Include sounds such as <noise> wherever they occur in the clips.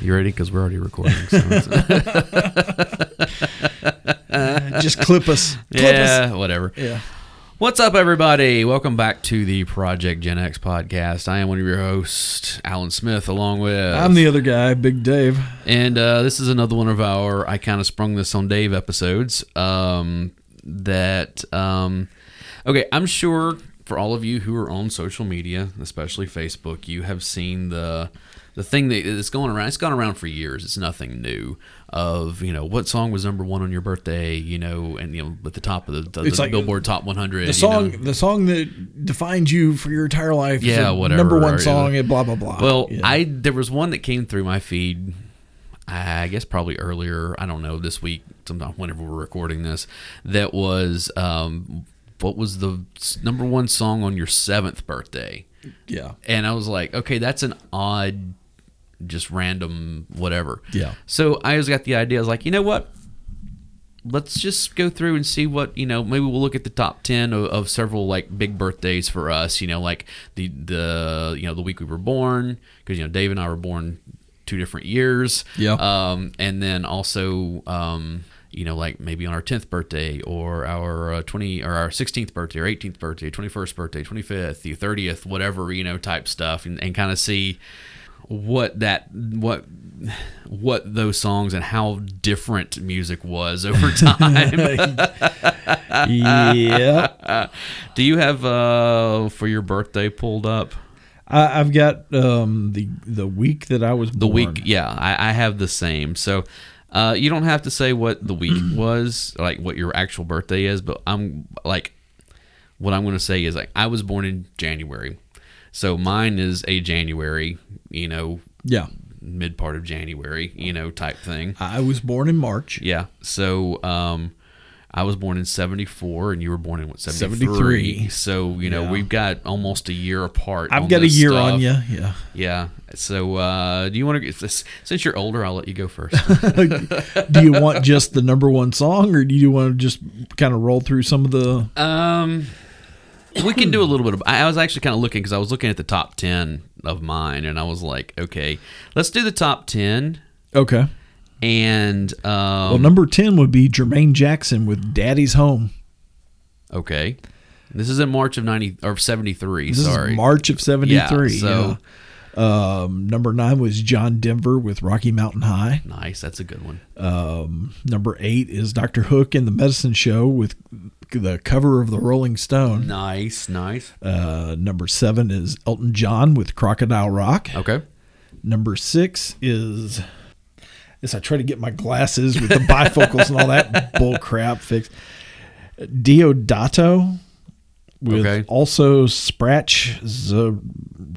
You ready? Because we're already recording. So <laughs> it's- Just <laughs> clip us. Clip us. yeah, whatever. Yeah. What's up, everybody? Welcome back to the Project Gen X podcast. I am one of your hosts, Alan Smith, along with I'm the other guy, Big Dave. and uh, this is another one of our I kind of sprung this on Dave episodes. Um, that um, okay, I'm sure for all of you who are on social media, especially Facebook, you have seen the the thing that is going around. It's gone around for years. It's nothing new. Of you know what song was number one on your birthday? You know, and you know at the top of the, the, It's the like Billboard Top 100. you The song, know. the song that defines you for your entire life. is Yeah, the whatever, Number one or- song. And blah blah blah. Well, Oh, Yeah. I there was one that came through my feed. I guess probably earlier. I don't know this week, sometime whenever we're recording this. That was um, what was the s- number one song on your seventh birthday? yeah. And I was like, okay, that's an odd, just random whatever. Yeah. So I always got the idea. I was like, you know what? Let's just go through and see what you know. Maybe we'll look at the top ten of, of several like big birthdays for us. You know, like the the you know the week we were born because you know Dave and I were born two different years. Yeah. Um, and then also um, you know like maybe on our tenth birthday or our uh, twenty or our sixteenth birthday or eighteenth birthday, twenty first birthday, twenty fifth, the thirtieth, whatever you know type stuff, and, and kind of see what that what what those songs and how different music was <laughs> over time. <laughs> yeah. Do you have uh for your birthday pulled up? I, I've got um, the the week that I was The week, yeah, I, I have the same. So uh, you don't have to say what the week was, like what your actual birthday is, but I'm like, what I'm going to say is like I was born in January, so mine is a January, you know, Yeah. mid part of January, you know, type thing. I was born in March. Yeah. So um, I was born in 74 and you were born in what, 73? 73. So, you know, Yeah. we've got almost a year apart. I've on got a this year stuff. on you. <laughs> Yeah. Yeah. So, uh, do you want to, since you're older, I'll let you go <laughs> first. <laughs> do you want just the number one song, or do you want to just kind of roll through some of the? um, we can do a little bit of, I I was actually kind of looking because I was looking at the top 10 of mine and I was like, okay, let's do the top 10. Okay. And, um, Well, number ten would be Jermaine Jackson with "Daddy's Home." okay. This is in March of 90 or 73. This sorry. is March of '73. Yeah, so- Um, number nine was John Denver with Rocky Mountain High. Nice. That's a good one. Um, number eight is Dr. Hook and the Medicine Show with the cover of the Rolling Stone. Nice. Nice. Uh, number seven is Elton John with Crocodile Rock. Okay. Number six is. As I try to get my glasses with the bifocals and all <laughs> that bull crap fixed. Diodato with Okay. also Spratch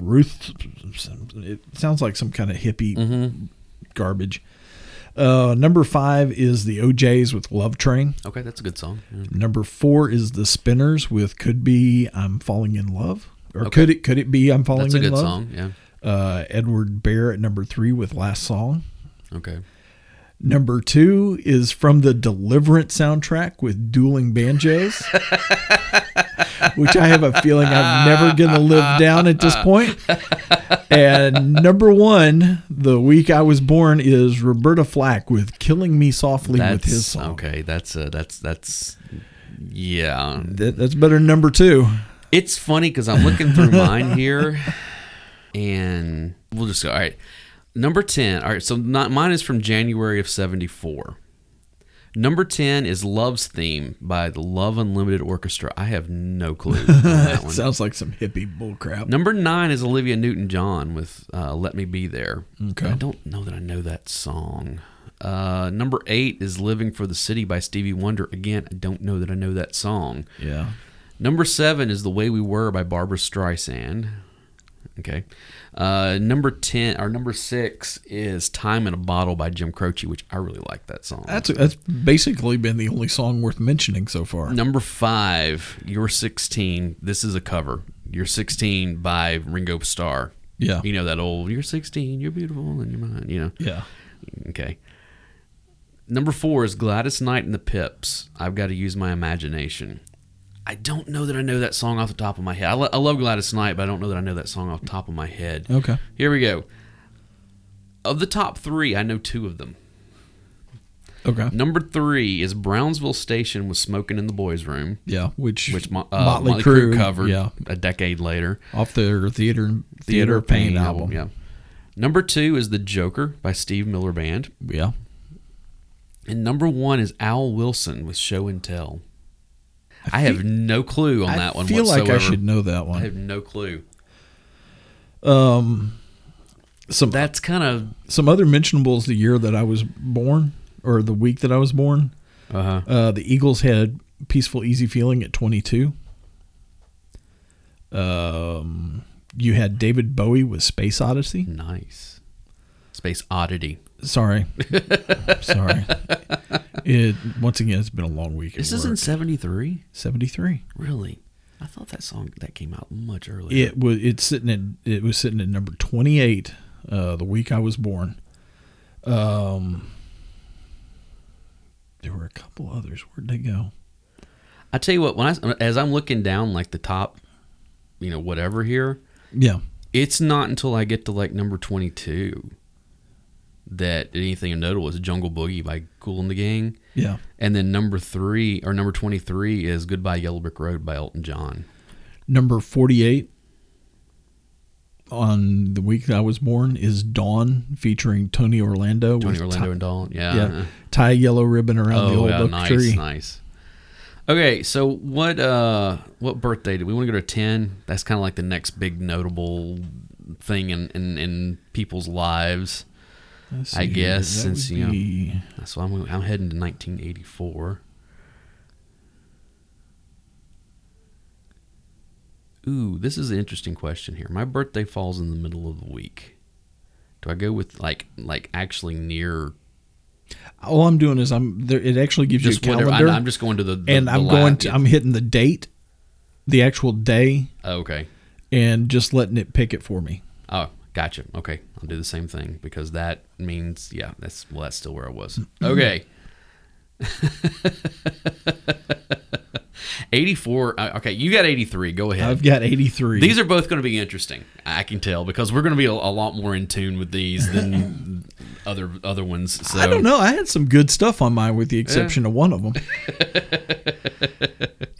Zaruth. It sounds like some kind of hippie Mm-hmm. garbage. Uh, number five is the OJs with Love Train. Okay, that's a good song. Yeah. Number four is the Spinners with Could Be I'm Falling in Love. Or Okay. could it could it be I'm falling That's a in good love? song. Yeah. Uh, Edward Bear at number three with last song. Okay. Number two is from the Deliverance soundtrack with dueling <laughs> banjos, which I have a feeling I'm never going to live down at this point. And number one, the week I was born, is Roberta Flack with "Killing Me Softly" That's with his song. okay. That's uh, that's that's yeah. That, that's better than number two. It's funny because I'm looking <laughs> through mine here, and we'll just go. All right, number ten. All right, so not mine is from January of '74. Number ten is "Love's Theme" by the Love Unlimited Orchestra. I have no <laughs> clue on that one. Sounds like some hippie bullcrap. Number nine is Olivia Newton John with uh, Let Me Be There. Okay. I don't know that I know that song. Uh, number eight is Living for the City by Stevie Wonder. Again, I don't know that I know that song. Yeah. Number seven is The Way We Were by Barbara Streisand. Okay. Uh, number 10, or number six is Time in a Bottle by Jim Croce, which I really like that song. That's that's basically been the only song worth mentioning so far. Number five, You're 16. This is a cover. You're 16 by Ringo Starr. Yeah. You know that old, You're 16, you're beautiful in your mind, you know. Yeah. Okay. Number four is Gladys Knight and the Pips. I've got to use my imagination. I don't know that I know that song off the top of my head. I, Oh. lo- I love Gladys Knight, but I don't know that I know that song off the top of my head. Okay. Here we go. of the top three, I know two of them. Okay. Number three is Brownsville Station was smoking in the boys' room, Yeah, which which Mo- uh, Motley, Crue, covered Yeah, a decade later. off their theater theater, of pain, album. Yeah. Number two is The Joker by Steve Miller Band, yeah. and number one is Al Wilson with Show and Tell. I, have no clue on that one feel whatsoever. like I should know that I one. Um, have no clue. Some That's kind of some other mentionables the year that I was born or the week that I was born. uh-huh. Uh, the Eagles had "Peaceful Easy Feeling" at 22. Um, you had David Bowie with "Space Odyssey." nice. Space Oddity. <laughs> Sorry, sorry. It once again, it's been a long week. This is in '73, '73. really. I thought that song that came out much earlier. It was it's sitting at it was sitting at number 28 uh, the week I was born. Um, there were a couple others. Where'd they go? I tell you what, when I as I'm looking down like the top, you know, whatever here, Yeah. it's not until I get to like number 22 that anything notable is Jungle Boogie by Cool and the Gang, Yeah. and then number three or number 23 is Goodbye Yellow Brick Road by Elton John. Number 48 on the week that I was born is Dawn featuring Tony Orlando. with Tony Orlando Ti- and Dawn, yeah. yeah. Tie yellow ribbon around the Oh, old yeah, oak nice, tree. nice. Okay, so what uh what birthday do we want to go to ten? That's kind of like the next big notable thing in in, in people's lives. Let's I see, guess, that since, would you know- be- So I'm I'm heading to 1984. Ooh, this is an interesting question here. My birthday falls in the middle of the week. Do I go with like like actually near all I'm doing is I'm there. It actually gives just you a whatever? calendar. I, I'm just going to the, the- and the I'm la- going to, I'm hitting the date, the actual day, Oh, okay. and just letting it pick it for me. Oh, gotcha. Okay, I'll do the same thing because that means yeah, that's well, that's still where I <laughs> was. Okay. <laughs> 84 uh, okay you got 83 go ahead I've got 83. These are both going to be interesting. I can tell because we're going to be a, a lot more in tune with these <laughs> than other other ones. So I don't know. I had some good stuff on mine, with the exception of one <laughs> of them.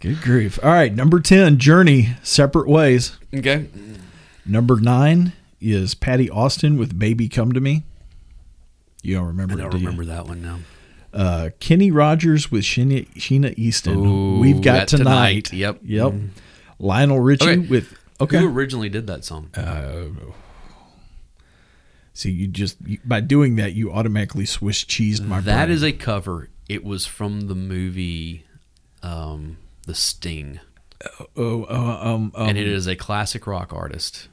good grief! All right, number ten, Journey, Separate Ways. Okay. Number nine is Patty Austin with "Baby Come to Me." You don't remember? I it, don't do you? remember that one now. Uh, Kenny Rogers with Sheena, Sheena Easton. Ooh, We've got, Got tonight. Tonight. Yep. Mm. Yep. Lionel Richie Okay. Uh, with okay. Who originally did that song? See, you just you, by doing that, you automatically Swiss cheesed my that brain. is a cover. It was from the movie um, The Sting, oh, oh, um, um, and it is a classic rock artist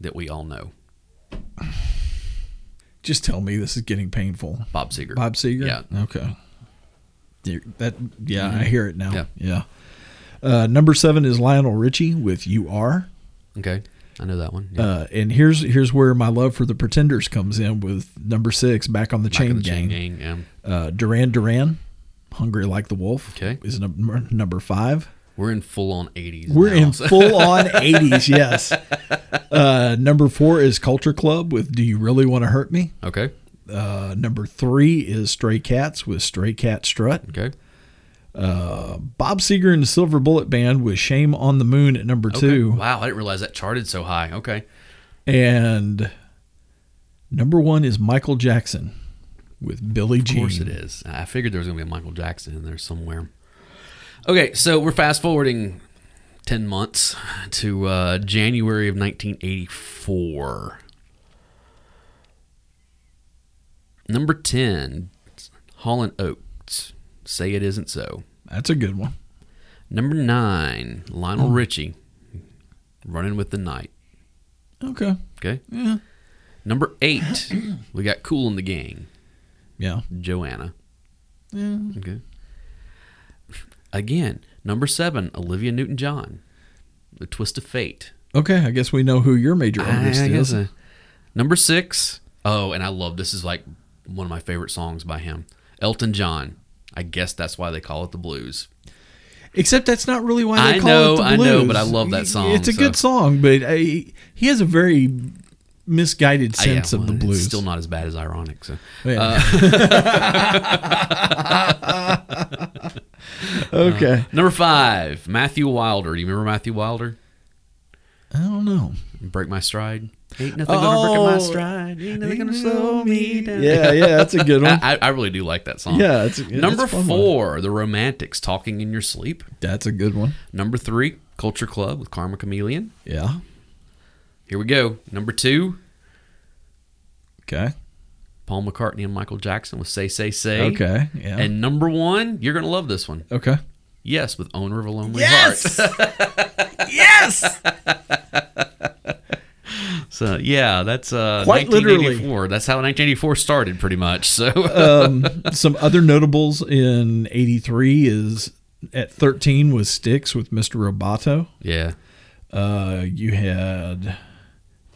that we all know, just tell me this is getting painful. Bob Seger. Bob Seger. Yeah. Mm-hmm. Okay. There- That yeah, I hear it now. Yeah. yeah. Uh, number seven is Lionel Richie with "You Are," Okay, I know that one. Yeah. uh, and here's here's where my love for the Pretenders comes in with number six, "Back on the Back Chain of the Gang." Gang. um, yeah. Uh, Duran Duran, "Hungry Like the Wolf," Okay. is number number five. We're in full on '80s. We're now, in so- <laughs> full on 80s, yes. Uh, number four is Culture Club with Do You Really Want to Hurt Me? Okay. Uh, number three is Stray Cats with Stray Cat Strut. Okay. Bob Seger and the Silver Bullet Band with Shame on the Moon at number Okay. two. Wow, I didn't realize that charted so high. Okay. And number one is Michael Jackson with Billie Of Jean. course it is. I figured there was going to be a Michael Jackson in there somewhere. Okay, so we're fast forwarding 10 months to uh, January of 1984. Number 10, Holland Oates, Say It Isn't So. That's a good one. Number 9, Lionel Richie, Running with the Night. Okay. Okay. Yeah. Number 8, we got Cool in the Gang, Yeah. Joanna. yeah. Okay. Again, number seven, Olivia Newton John, The Twist of Fate. Okay. I guess we know who your major artist I guess, is. uh, number six, oh, and I love this is like one of my favorite songs by him, Elton John. I guess that's why they call it the blues. Except that's not really why they I call know, it the I know, blues. but I love that song, It's uh, a so- good song, but I, he has a very misguided Ah, Yeah, sense of well, the it's blues. Still not as bad as ironic. So. Yeah. Uh. <laughs> okay. Number five, Matthew Wilder. Do you remember Matthew Wilder? Uh. I don't know. Break my stride. Ain't nothing gonna break my Oh. stride. Ain't nothing gonna slow me down. Yeah, yeah, that's a <laughs> good one. I, I really do like that song. Yeah, it's- yeah, number it's a fun one. four, The Romantics, Talking in Your Sleep. That's a good one. Number three, Culture Club with Karma Chameleon. Yeah. Here we go. Number two, Okay. Paul McCartney and Michael Jackson with Say Say Say. Okay. Yeah. And number one, you're gonna love this one. okay. Yes, with Owner of a Lonely Heart. <laughs> <laughs> yes. So yeah, that's uh, Quite literally. 1984. That's how 1984 started, pretty much. So <laughs> um, some other notables in '83 is at 13 was Sticks with Mr. Roboto. yeah, Uh, you had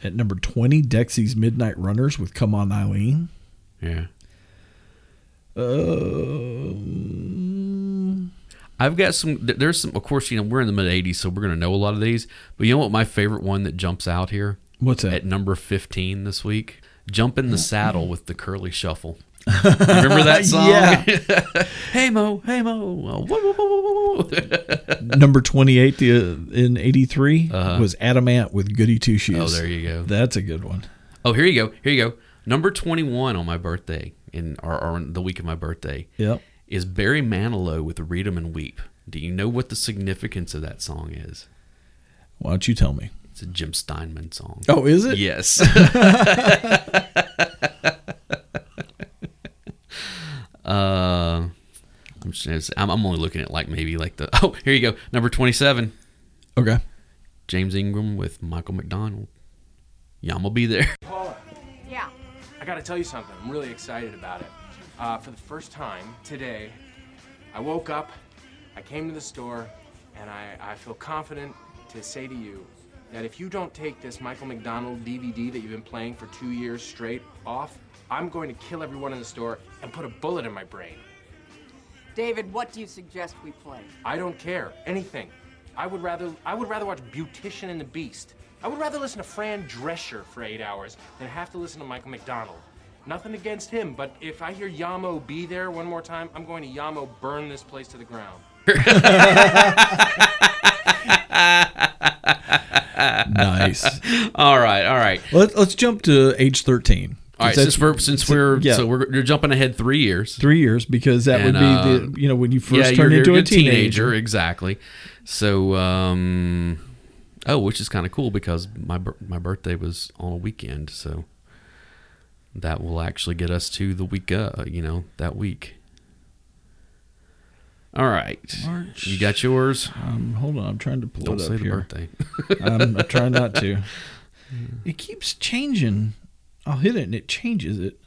at number 20 Dexy's Midnight Runners with Come On Eileen. yeah. Um, I've got some. th- There's some. Of course, you know we're in the mid 80s, so we're gonna know a lot of these. But you know what? My favorite one that jumps out here what's that? at number 15 this week. Jump in the saddle with the curly shuffle. You Remember that song? Yeah. <laughs> hey Mo, hey Mo. Oh, Whoa, whoa, whoa, whoa, whoa. <laughs> number 28 the, uh, in 83 was Adam Ant with Goody Two Shoes. Uh-huh. Oh, there you go. That's a good one. Oh, here you go. Here you go. Number 21 on my birthday, in or, or on the week of my birthday. Yep. is Barry Manilow with Read 'em and Weep. Do you know what the significance of that song is? Why don't you tell me? It's a Jim Steinman song. Oh, is it? <laughs> Yes. uh, I'm, just, I'm, I'm only looking at like maybe like the. <laughs> Oh, here you go. Number 27, <laughs> Okay. James Ingram with Michael McDonald. Yeah, I'm going to be there. <laughs> Paula, Yeah. I gotta tell you something. I'm really excited about it. Uh, for the first time today, I woke up, I came to the store, and I, I feel confident to say to you that if you don't take this Michael McDonald DVD that you've been playing for two years straight off, I'm going to kill everyone in the store and put a bullet in my brain. David, what do you suggest we play? I don't care. Anything. I would rather I would rather watch Beautician and the Beast. I would rather listen to Fran Drescher for eight hours than have to listen to Michael McDonald. Nothing against him, but if I hear Yamo be there one more time, I'm going to Yamo burn this place to the ground. Nice. All right, all right. Let, let's jump to age 13. All right, That's since we're, since we're, yeah. so we're, you're jumping ahead three years. three years because that And, would be uh, the, you know, when you first you're- turn into you're a teenager. exactly. So, um, oh, which is kind of cool because my bir- my birthday was on a weekend, so that will actually get us to the week, uh, you know, that week. All right, March. you got yours. Um, hold on. I'm trying to pull Don't it say the up here. birthday. <laughs> I'm, I'm trying not to. It keeps changing. I'll hit it and it changes it.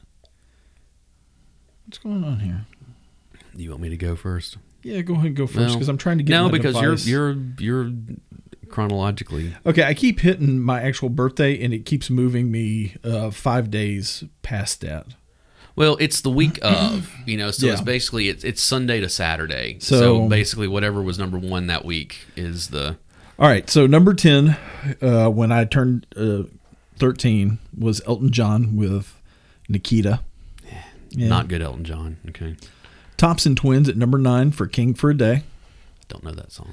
What's going on here? You want me to go first? Yeah, go ahead and go first because I'm trying to get no my because device. you're you're you're chronologically. Okay, I keep hitting my actual birthday and it keeps moving me uh, five days past that. Well, it's the <clears throat> week of, you know, so it's Yeah. basically it's it's Sunday to Saturday. So, So- basically, whatever was number one that week is the All right, so number 10, uh, when I turned uh, 13, was Elton John with Nikita. Yeah. not good Elton John. Okay, Thompson Twins at number nine for King for a Day. don't know that song.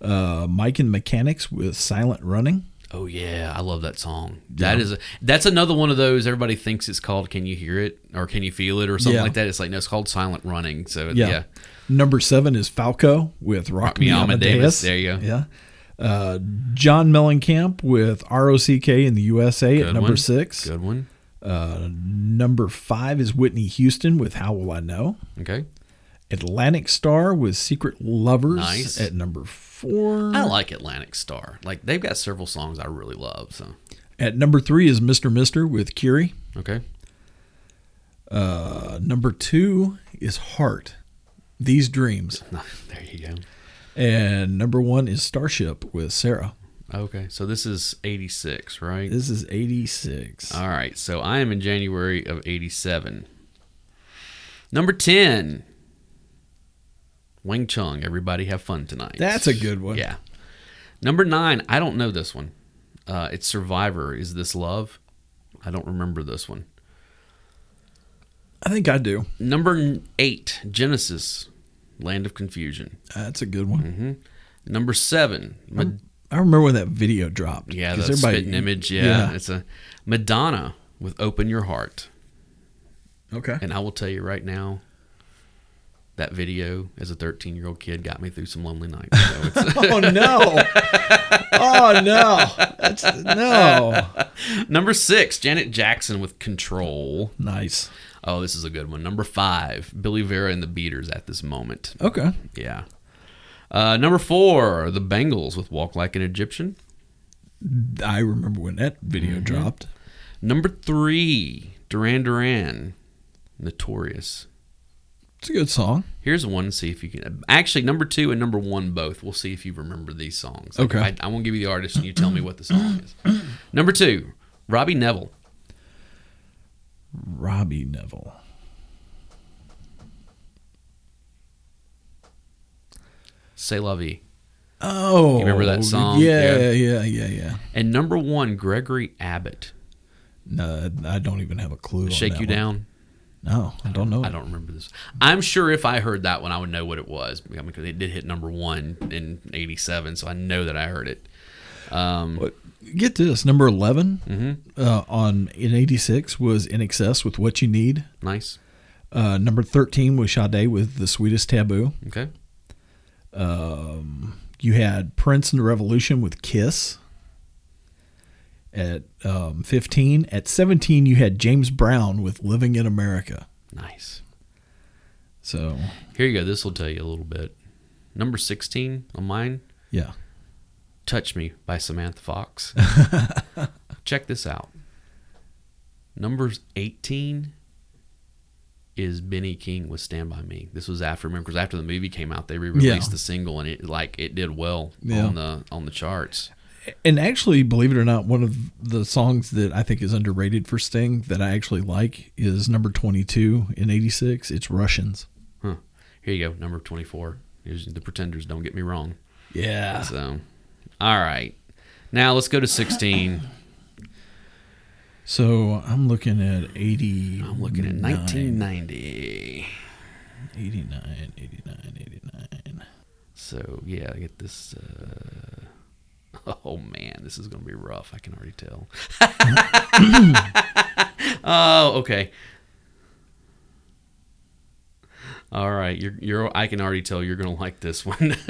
Uh, Mike and Mechanics with Silent Running. Oh yeah, I love that song. That is a, that's another one of those everybody thinks it's called "Can You Hear It" or "Can You Feel It" or something Yeah. like that. It's like no, it's called "Silent Running." So Yeah. yeah, Number seven is Falco with Rock, Me Amadeus. There you go. Yeah. Uh, John Mellencamp with ROCK in the USA at Good number one. six. good one. Uh, number five is Whitney Houston with How Will I Know? Okay, Atlantic Star with Secret Lovers Nice. at number four. I like Atlantic Star. Like they've got several songs I really love. So At number three is Mr. Mister with Curie. okay, <laughs> Uh, number two is Heart, These Dreams. there you go. And number one is Starship with Sarah. Okay, so this is '86, right? This is 86. All right, so I am in January of 87. Number 10, Wing Chun, Everybody Have Fun Tonight. That's a good one. Yeah. Number 9, I don't know this one. Uh, it's Survivor, Is This Love? I don't remember this one. I think I do. Number n- eight, Genesis, Land of Confusion. Uh, That's a good one. Mm-hmm. Number seven, Ma- I remember when that video dropped. yeah, Oh, 'cause the everybody- spitting image. Yeah, it's a Madonna with "Open Your Heart," <laughs> Okay. and I will tell you right now, that video as a 13 year old kid got me through some lonely nights. So it's, oh no. Oh no. That's no. Number six, Janet Jackson with Control. Nice. Oh, this is a good one. Number five, Billy Vera and the Beaters at this moment. Okay. Yeah. Uh, number four, the Bengals with Walk Like an Egyptian. I remember when that video Mm-hmm. dropped. Number three, Duran Duran, Notorious. It's a good song. Here's one. See if you can. Actually, number two and number one both. We'll see if you remember these songs. Like, Okay. I, I won't give you the artist, and you tell me what the song <clears throat> is. Number two, Robbie Neville. Robbie Neville. Say La Vie. Oh. remember that song? Yeah, Yeah. yeah, yeah, yeah. And number one, Gregory Abbott. No, I don't even have a clue. on Oh. Shake that You one. Down. No, I don't know. I don't remember this. I'm sure if I heard that one, I would know what it was. I mean, 'cause it did hit number one in '87, so I know that I heard it. Um, But get this number 11 mm-hmm. uh, on in 86 was in excess with what you need Nice. uh, number 13 was Sade with the sweetest taboo Um, Okay. you had prince and the revolution with kiss at um, 15 at 17 you had james brown with living in america Nice. so Here you go. This will tell you a little bit. Number 16 on mine, yeah Touch Me by Samantha <laughs> Fox. Check this out. Number 18 is Benny King with Stand By Me. This was after remember 'cause after the movie came out, they re-released Yeah. the single and it like it did well Yeah. on the on the charts. and actually believe it or not one of the songs that i think is underrated for sting that i actually like is number 22 in 86 it's russians Huh. Here you go, number 24. Here's the Pretenders, don't get me wrong. yeah So, all right. Now let's go to 16. So I'm looking at 80. I'm looking at 1990. 89, 89, 89. So, yeah, I get this. Uh... <laughs> Oh, man, this is going to be rough. I can already tell. <laughs> oh, okay. All right, you're you're I can already tell you're going to like this one. <laughs>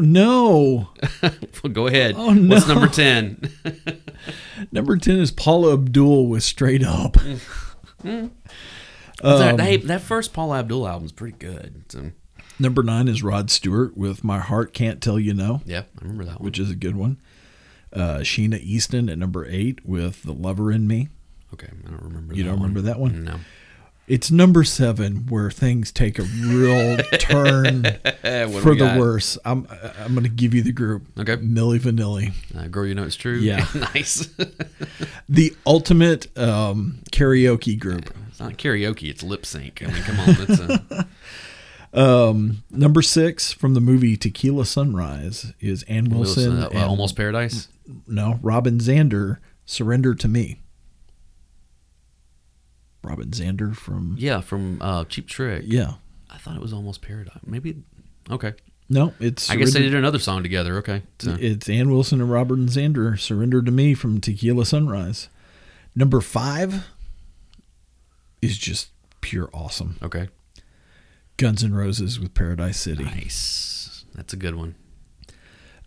<laughs> no. well, go ahead. Oh, no. What's number <laughs> 10? Number 10 is Paula Abdul with <laughs> Straight Up. Um, that, hey, that first Paul Abdul album's pretty good. So, Number 9 is Rod Stewart with My Heart Can't Tell You No, yeah, I remember that one. which is a good one. Uh, Sheena Easton at number 8 with The Lover in Me. okay, I don't remember. You that don't one. remember that one? No. It's number 7 where things take <laughs> a real turn Eh, what do for we the got? worse. I'm I'm going to give you the group. Okay. Milli Vanilli. Uh, girl, you know it's true. Yeah. <laughs> nice. the ultimate um, karaoke group. It's not karaoke; it's lip sync. I mean, come on. That's <laughs> a, Um, Number six from the movie Tequila Sunrise is Ann Wilson. Wilson, uh, and- almost Mm. paradise. no Robin Zander. Surrender to me. Robin Zander from Yeah, from uh, Cheap Trick. yeah. I thought it was almost paradise. Maybe. Okay. No, it's I guess they Surrender- did another song together. Okay. So, It's Ann Wilson and Robin Zander. Surrender to me from Tequila Sunrise. Number five is just pure awesome. okay. Guns N' Roses with Paradise City. Nice. That's a good one.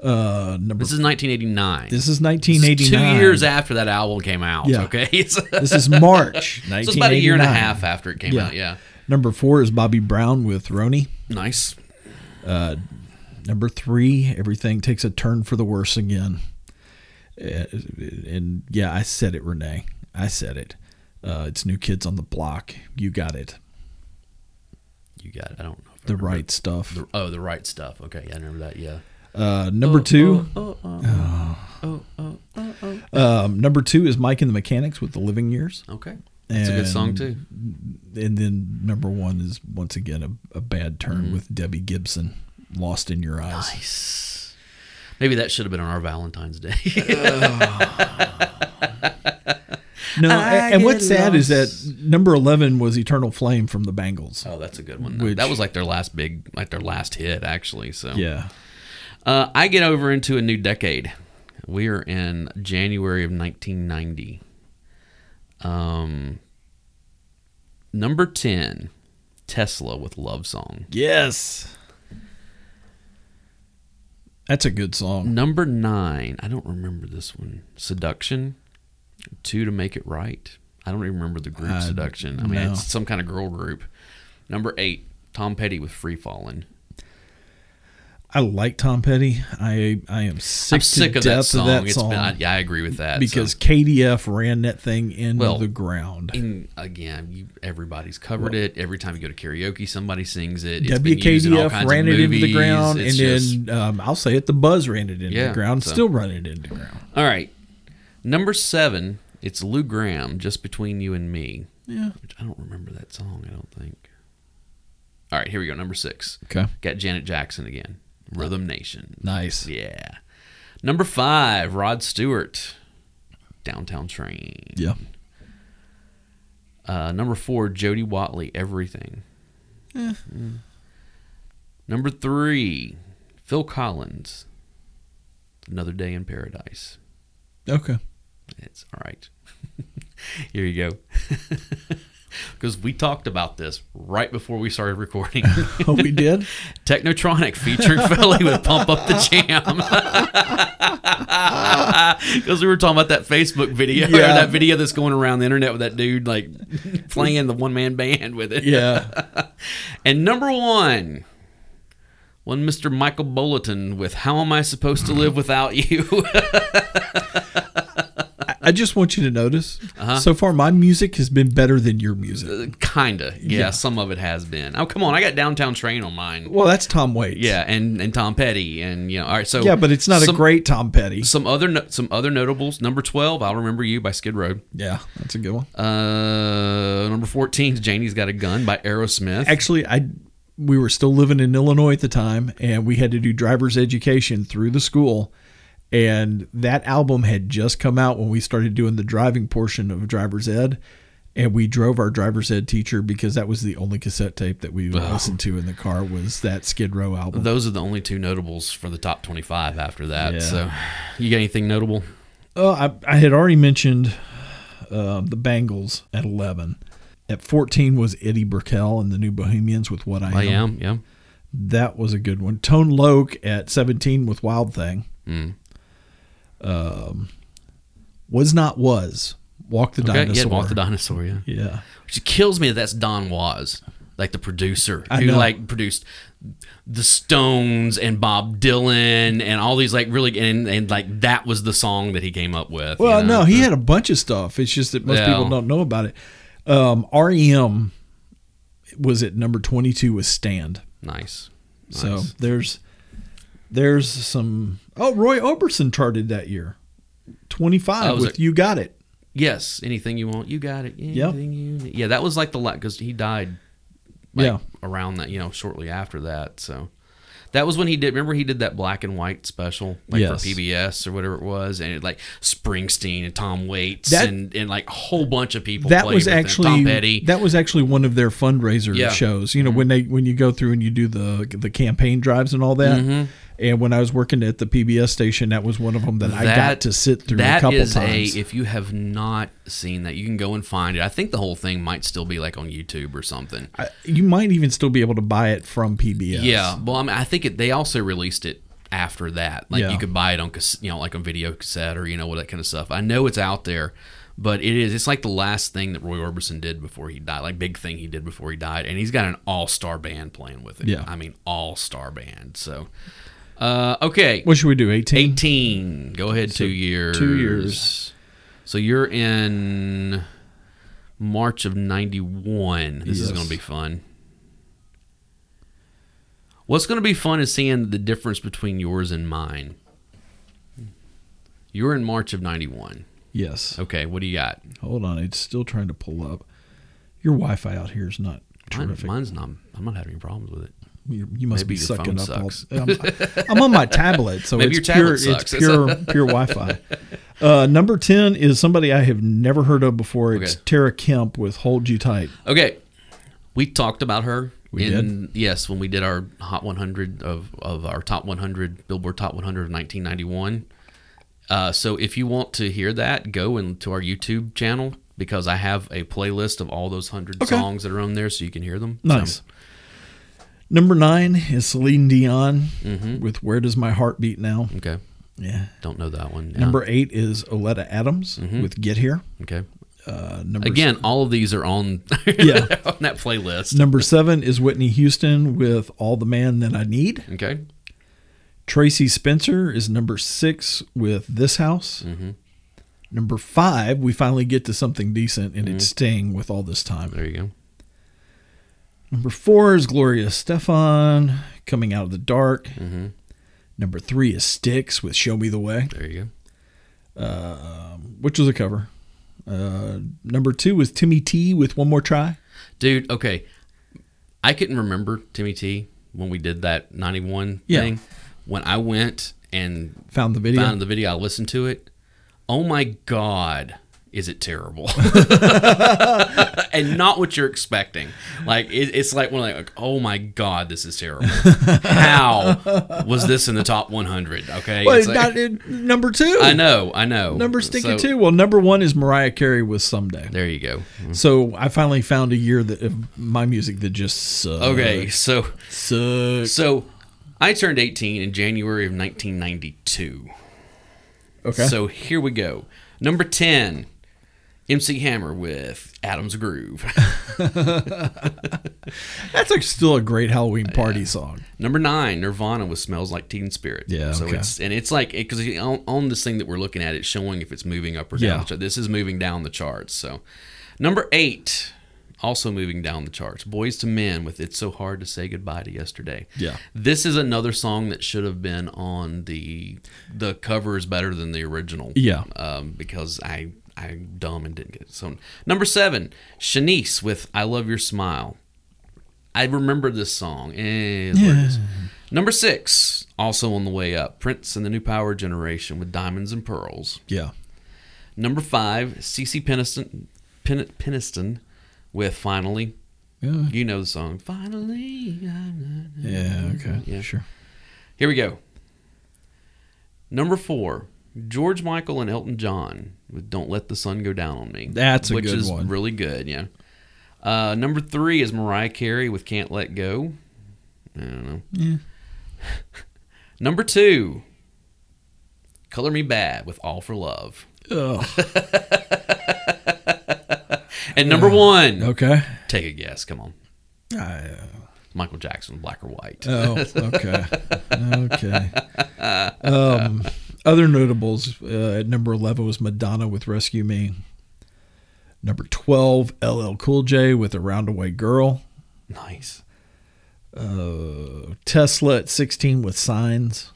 Uh, number This is 1989. This This is is 1989. two years after that album came out. Yeah. Okay. <laughs> It's, so This is <laughs> March 1989. it's about a year and a half after it came Yeah. out. Yeah. Number four is Bobby Brown with Roni. Nice. Number three, everything takes a turn for the worse again. Uh, And yeah, I said it, Renee. I said it. Uh, it's New Kids on the Block. You got it. You got. It. I don't know. If I The remember. right stuff. The- oh, the right stuff. Okay. Yeah, I remember that. Yeah. Uh, number Oh, two. Um, number two is Mike and the Mechanics with The Living Years. Okay. That's a good song And- too. And then number one is once again a, a bad turn with Debbie Gibson, Lost in Your Eyes. Nice. Maybe that should have been on our Valentine's Day. No, and, and what's get sad is that number eleven was Eternal Flame from the Bangles. <laughs> oh, that's a good one. though. Which- that was like their last big, like their last hit, actually. So Yeah, Uh, I get over into a new decade. We are in January of 1990. Um, number 10, Tesla with Love Song. yes, that's a good song. Number 9, I don't remember this one, Seduction. Two to Make It Right. I don't even remember the group Uh, Seduction. I mean, no. it's some kind of girl group. Number 8, Tom Petty with Free Fallin'. I like Tom Petty. I I am sick, I'm sick to of death that song. of that It's song been, I, yeah, I agree with that. so- because KDF ran that thing into Well, the ground. And again, you, everybody's covered it. Every time you go to karaoke, somebody sings it. It's been used in all WKDF kinds ran of it into the movies. ground, It's and just- then um, I'll say it, the Buzz ran it into Yeah, the ground, so- still running it into the ground. all right, number seven. It's Lou Graham, just between you and me. Yeah. Which I don't remember that song. I don't think. All right, here we go. Number six. Okay. Got Janet Jackson again. Rhythm Nation. Nice. Yeah. Number five. Rod Stewart. Downtown Train. Yeah. Uh, number four, Jody Watley, Everything. Mm. Number three, Phil Collins, Another Day in Paradise. Okay. It's all right. <laughs> Here you go. <laughs> Because we talked about this right before we started recording. <laughs> Oh, we did. Technotronic featuring <laughs> Felly with Pump Up the Jam. <laughs> Because we were talking about that Facebook video or Yeah. that video that's going around the internet with that dude like playing the one man band with it. Yeah. And number one, one Mr. Michael Bulletin with How Am I Supposed to Live Without You? <laughs> I- I just want you to notice. Uh-huh. So far, my music has been better than your music. Uh, Kinda. Yeah, some of it has been. Oh, come on. I got Downtown Train on mine. Well, that's Tom Waits. Yeah, and, and Tom Petty. And, you know, all right. So, Yeah, but it's not some- a great Tom Petty. Some other no- some other notables. Number twelve, I'll remember you by Skid Row. Yeah, that's a good one. Uh, number fourteen, Janie's got a gun by Aerosmith. Actually, I we were still living in Illinois at the time, and we had to do driver's education through the school. And that album had just come out when we started doing the driving portion of driver's ed. And we drove our driver's ed teacher because that was the only cassette tape that we would listen to in the car was that Skid Row album. Those are the only two notables for the top twenty-five. After that, Yeah. so you got anything notable? Oh, I, I had already mentioned um, the Bangles at 11. At 14 was Eddie Burkell and the New Bohemians with What I I, am. Yeah. That was a good one. Tone Loc at 17 with Wild Thing. Um, Mm. Was Not Was. Walk the Okay. Dinosaur. Yeah, Walk the Dinosaur. Yeah. Yeah. Which kills me that that's Don Was, like the producer I who know. like produced the Stones and Bob Dylan and all these like really and, and like that was the song that he came up with. you Well, know? no, he had a bunch of stuff. It's just that most Yeah. people don't know about it. Um, REM was at number 22 with Stand. nice. So Nice. there's there's some. Oh, Roy Orbison charted that year, 25 Oh, was with it- You Got It. Yes, anything you want, you got it. Yep. Anything you need. Yeah, that was like the lot because he died. Like, Yeah. around that, you know, shortly after that. So that was when he did. Remember, he did that black and white special, like Yes. for PBS or whatever it was, and it like Springsteen and Tom Waits That- and and like a whole bunch of people. That played was with him. Tom actually Petty. that was actually one of their fundraiser Yeah. Mm-hmm. shows. You know when they when you go through and you do the the campaign drives and all that. Mm-hmm. And when I was working at the PBS station, that was one of them that, I got to sit through that a couple is times. A, if you have not seen that, you can go and find it. I think the whole thing might still be like on YouTube or something. I- you might even still be able to buy it from PBS. Yeah. Well, I mean, I think it, they also released it after that. Like Yeah. you could buy it on, cas- you know, like on video cassette or you know, all that kind of stuff. I know it's out there, but it is. It's like the last thing that Roy Orbison did before he died. Like big thing he did before he died, and he's got an all star band playing with it. Yeah. I mean, all star band. So, uh, okay, What should we do? 18? eighteen. Go ahead, two years. two years. So you're in March of '91. This is Yes. going to be fun. What's going to be fun is seeing the difference between yours and mine. You're in March of 91. Yes. Okay, what do you got? Mine- Hold on. It's still trying to pull up. Your Wi Fi out here is not terrific. mine's not, I'm not having any problems with it. You, you must Maybe be your sucking phone up all. sucks. I'm, I'm on my tablet, <laughs> so Maybe it's your pure. tablet sucks. It's <laughs> pure pure Wi-Fi. Uh, number ten is somebody I have never heard of before. It's Okay. Tara Kemp with "Hold You Tight." Okay, we talked about her. We did. Yes, when we did our Hot 100 of, of our top 100 Billboard Top 100 of 1991. Uh, so if you want to hear that, go into our YouTube channel because I have a playlist of all those hundred Okay. songs that are on there, so you can hear them. Nice. So, Number nine is Celine Dion Mm-hmm. with "Where Does My Heart Beat Now." okay, Yeah. don't know that one. Yeah. Number eight is Oletta Adams with "Get Here." okay. Uh, number Again, all of these are on <laughs> Yeah. on that playlist. Number seven is Whitney Houston with All the Man That I Need. Okay, Tracy Spencer is number six with This House. Mm-hmm. Number five, we finally get to something decent, and it's Mm-hmm. staying with All This Time. there you go. Number four is Gloria Stefan coming out of the dark. Mm-hmm. Number three is Sticks with Show Me the Way, There you go. which was a cover. Uh, number two is Timmy T with One More Try. Dude, okay. I couldn't remember Timmy T when we did that 91 Yeah. thing. When I went and Found the video. found the video, I listened to it. Oh my God, is it terrible? <laughs> <laughs> and not what you're expecting. Like, it, it's like, one of like, oh my God, this is terrible. How was this in the top 100? Okay. Well, It's it like- got it- number two. I know, I know. Number stinking So, two. Well, number one is Mariah Carey with Someday. There you go. So I finally found a year that of my music that just sucks. Okay, so Sucks. So I turned 18 in January of 1992. Okay. So here we go. Number 10, MC Hammer with Adam's Groove. <laughs> that's like still a great Halloween Uh, party song. Number 9, Nirvana with Smells Like Teen Spirit. Yeah, So okay. it's and it's like because on, on this thing that we're looking at it's showing if it's moving up or down. Yeah. the chart. This is moving down the charts. So number 8 also moving down the charts. Boys to Men with It's So Hard to Say Goodbye to Yesterday. Yeah. This is another song that should have been on the the cover is better than the original. Yeah. Um, because I I'm dumb and didn't get it. So number seven, Shanice with I Love Your Smile. I remember this song. Eh, it's where it is. Number six, also on the way up, Prince and the New Power Generation with Diamonds and Pearls. Yeah. Number five, Cece Peniston, Pen, Peniston with Finally. Yeah. You know the song. Finally. I'm not- Yeah. Okay. Yeah. Sure. Here we go. Number four, George Michael and Elton John with "Don't Let the Sun Go Down on Me." That's a which good is one. really good. Yeah. Uh, number three is Mariah Carey with "Can't Let Go." I don't know. Yeah. Number two, "Color Me Bad" with "All for Love," Ugh. and number one, Okay. take a guess. Come on, I, Michael Jackson, "Black or White." oh. Okay. okay. Um, other notables uh, at number eleven was Madonna with "Rescue Me." Number twelve, LL Cool J with "A Roundaway Girl." nice. Uh, Tesla at 16 with signs.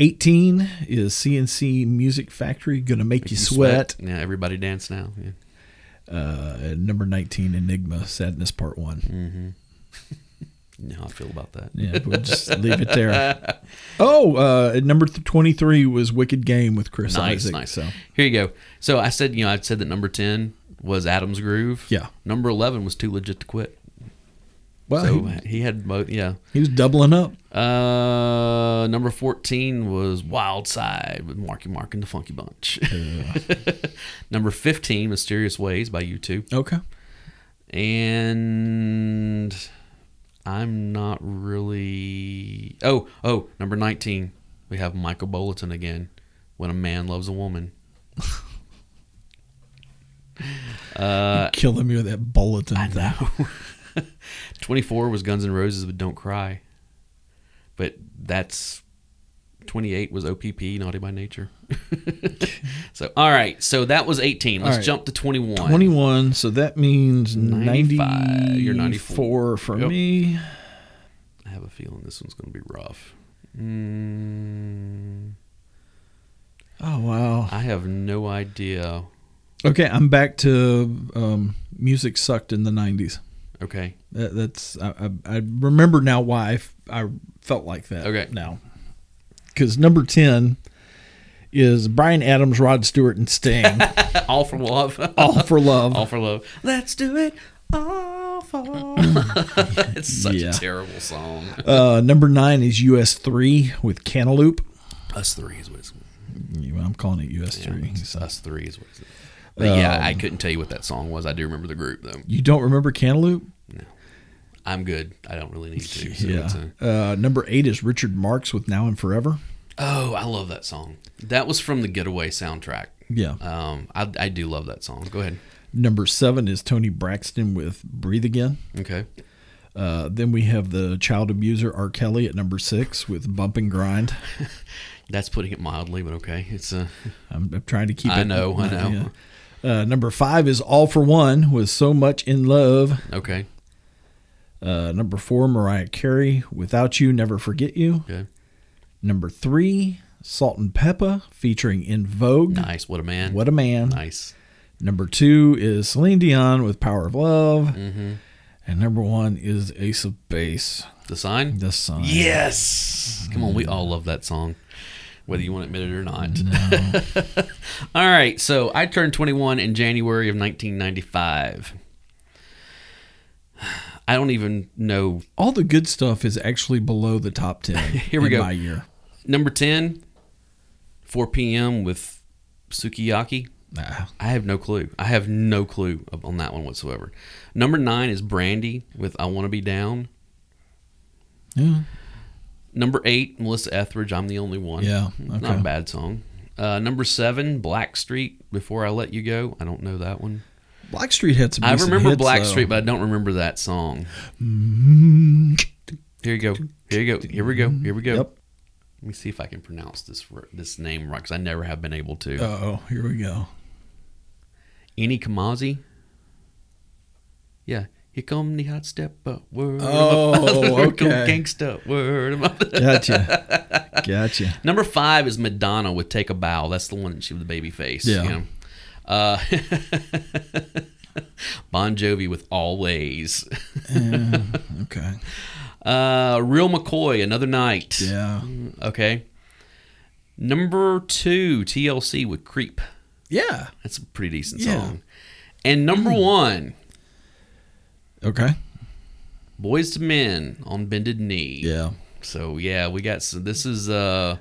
18 is CNC Music Factory, gonna make, you sweat. Yeah, everybody dance now. Yeah. Uh, and number 19, Enigma Sadness Part 1. You know how I feel about that. Yeah, we'll just leave it <laughs> there. Oh, uh, at number th- 23 was Wicked Game with Chris nice, Isaac. nice. So, Here you go. So I said, you know, I said that number ten was Adam's Groove. Yeah. Number eleven was Too Legit to Quit. well, So he, he had both. Yeah. he was doubling up. Uh, number fourteen was Wild Side with Marky Mark and the Funky Bunch. <laughs> number fifteen, Mysterious Ways by U2, Okay. and I'm not really. Oh, oh, number nineteen, we have Michael Bolton again. When a man loves a woman. Killing me with that bulletin. Uh, I know. <laughs> 24 was Guns N' Roses with Don't Cry. But that's 28 was OPP, Naughty by Nature. <laughs> so, all right. So that was 18. Let's All right. jump to 21. 21 so that means 95. 94 You're 94. for Yep. me I have a feeling this one's going to be rough. Mm, oh wow I have no idea. okay i'm back to um, music sucked in the 90s Okay. <laughs> That, that's I, I, I remember now why I, f- I felt like that. Okay. Now, because number ten is Brian Adams, Rod Stewart, <laughs> and Sting, All for love. <laughs> all for love. All for love. Let's do it. All for love. <laughs> it's such Yeah. a terrible song. Uh, number nine is US three with Cantaloupe. us three is what it's. Yeah, well, I'm calling it US three. It's us three is what it's. But yeah, Um, I couldn't tell you what that song was. I do remember the group though. You don't remember Cantaloupe? I'm good. I don't really need to. So <laughs> yeah. it's a- Uh, number eight is Richard Marks with Now and Forever. oh, I love that song. That was from the Getaway soundtrack. Yeah. Um, I, I do love that song. Go ahead. Number seven is Tony Braxton with Breathe Again. Okay. Uh, then we have the child abuser R. Kelly at number six with Bump and Grind. That's putting it mildly, but okay. It's a. I'm, I'm trying to keep I it. know, I know. <laughs> yeah. Uh, number five is All for One with So Much in Love. Okay. Uh, number four, Mariah Carey, Without You, Never Forget You. Okay. Number three, Salt and Peppa featuring In Vogue. Nice. What a man. What a man. nice. Number two is Celine Dion with Power of Love. Mm-hmm. And number one is Ace of Base, The sign. The Sign. Yes. Come on, we all love that song, whether you want to admit it or not. <laughs> all right, so I turned 21 in January of 1995. I don't even know. All the good stuff is actually below the top 10 <laughs> Here we in go. my year. Number 10, 4 p.m. with Sukiyaki. Nah. I have no clue. I have no clue of- on that one whatsoever. Number nine is Brandy with I Want to Be Down. Yeah. Number eight, Melissa Etheridge, I'm the Only One. Yeah, Not okay. a bad song. Uh, number seven, Blackstreet, Before I Let You Go. I don't know that one. Blackstreet had some I decent remember hits, Blackstreet, though. but I don't remember that song. Mm-hmm. Here you go. Here you go. Here we go. Here we go. Yep. Let me see if I can pronounce this r- this name right because I never have been able to. Uh-oh, here we go. Any Kamazi? Yeah. Here come the hot stepper. Word of my Oh, mother. <laughs> Here come okay. Gangsta. Word of my mother. Gotcha. <laughs> gotcha. Number five is Madonna with "Take a Bow." That's the one that she with the baby face. Yeah. You know? uh, <laughs> bon Jovi with "Always." Eh, Okay. Uh, Real McCoy, another night. Yeah. Okay. Number two, TLC with "Creep." Yeah. That's a pretty decent Yeah. Hmm. song. And number one, Okay. Boys to Men on bended knee. Yeah. So yeah, we got. So this is uh.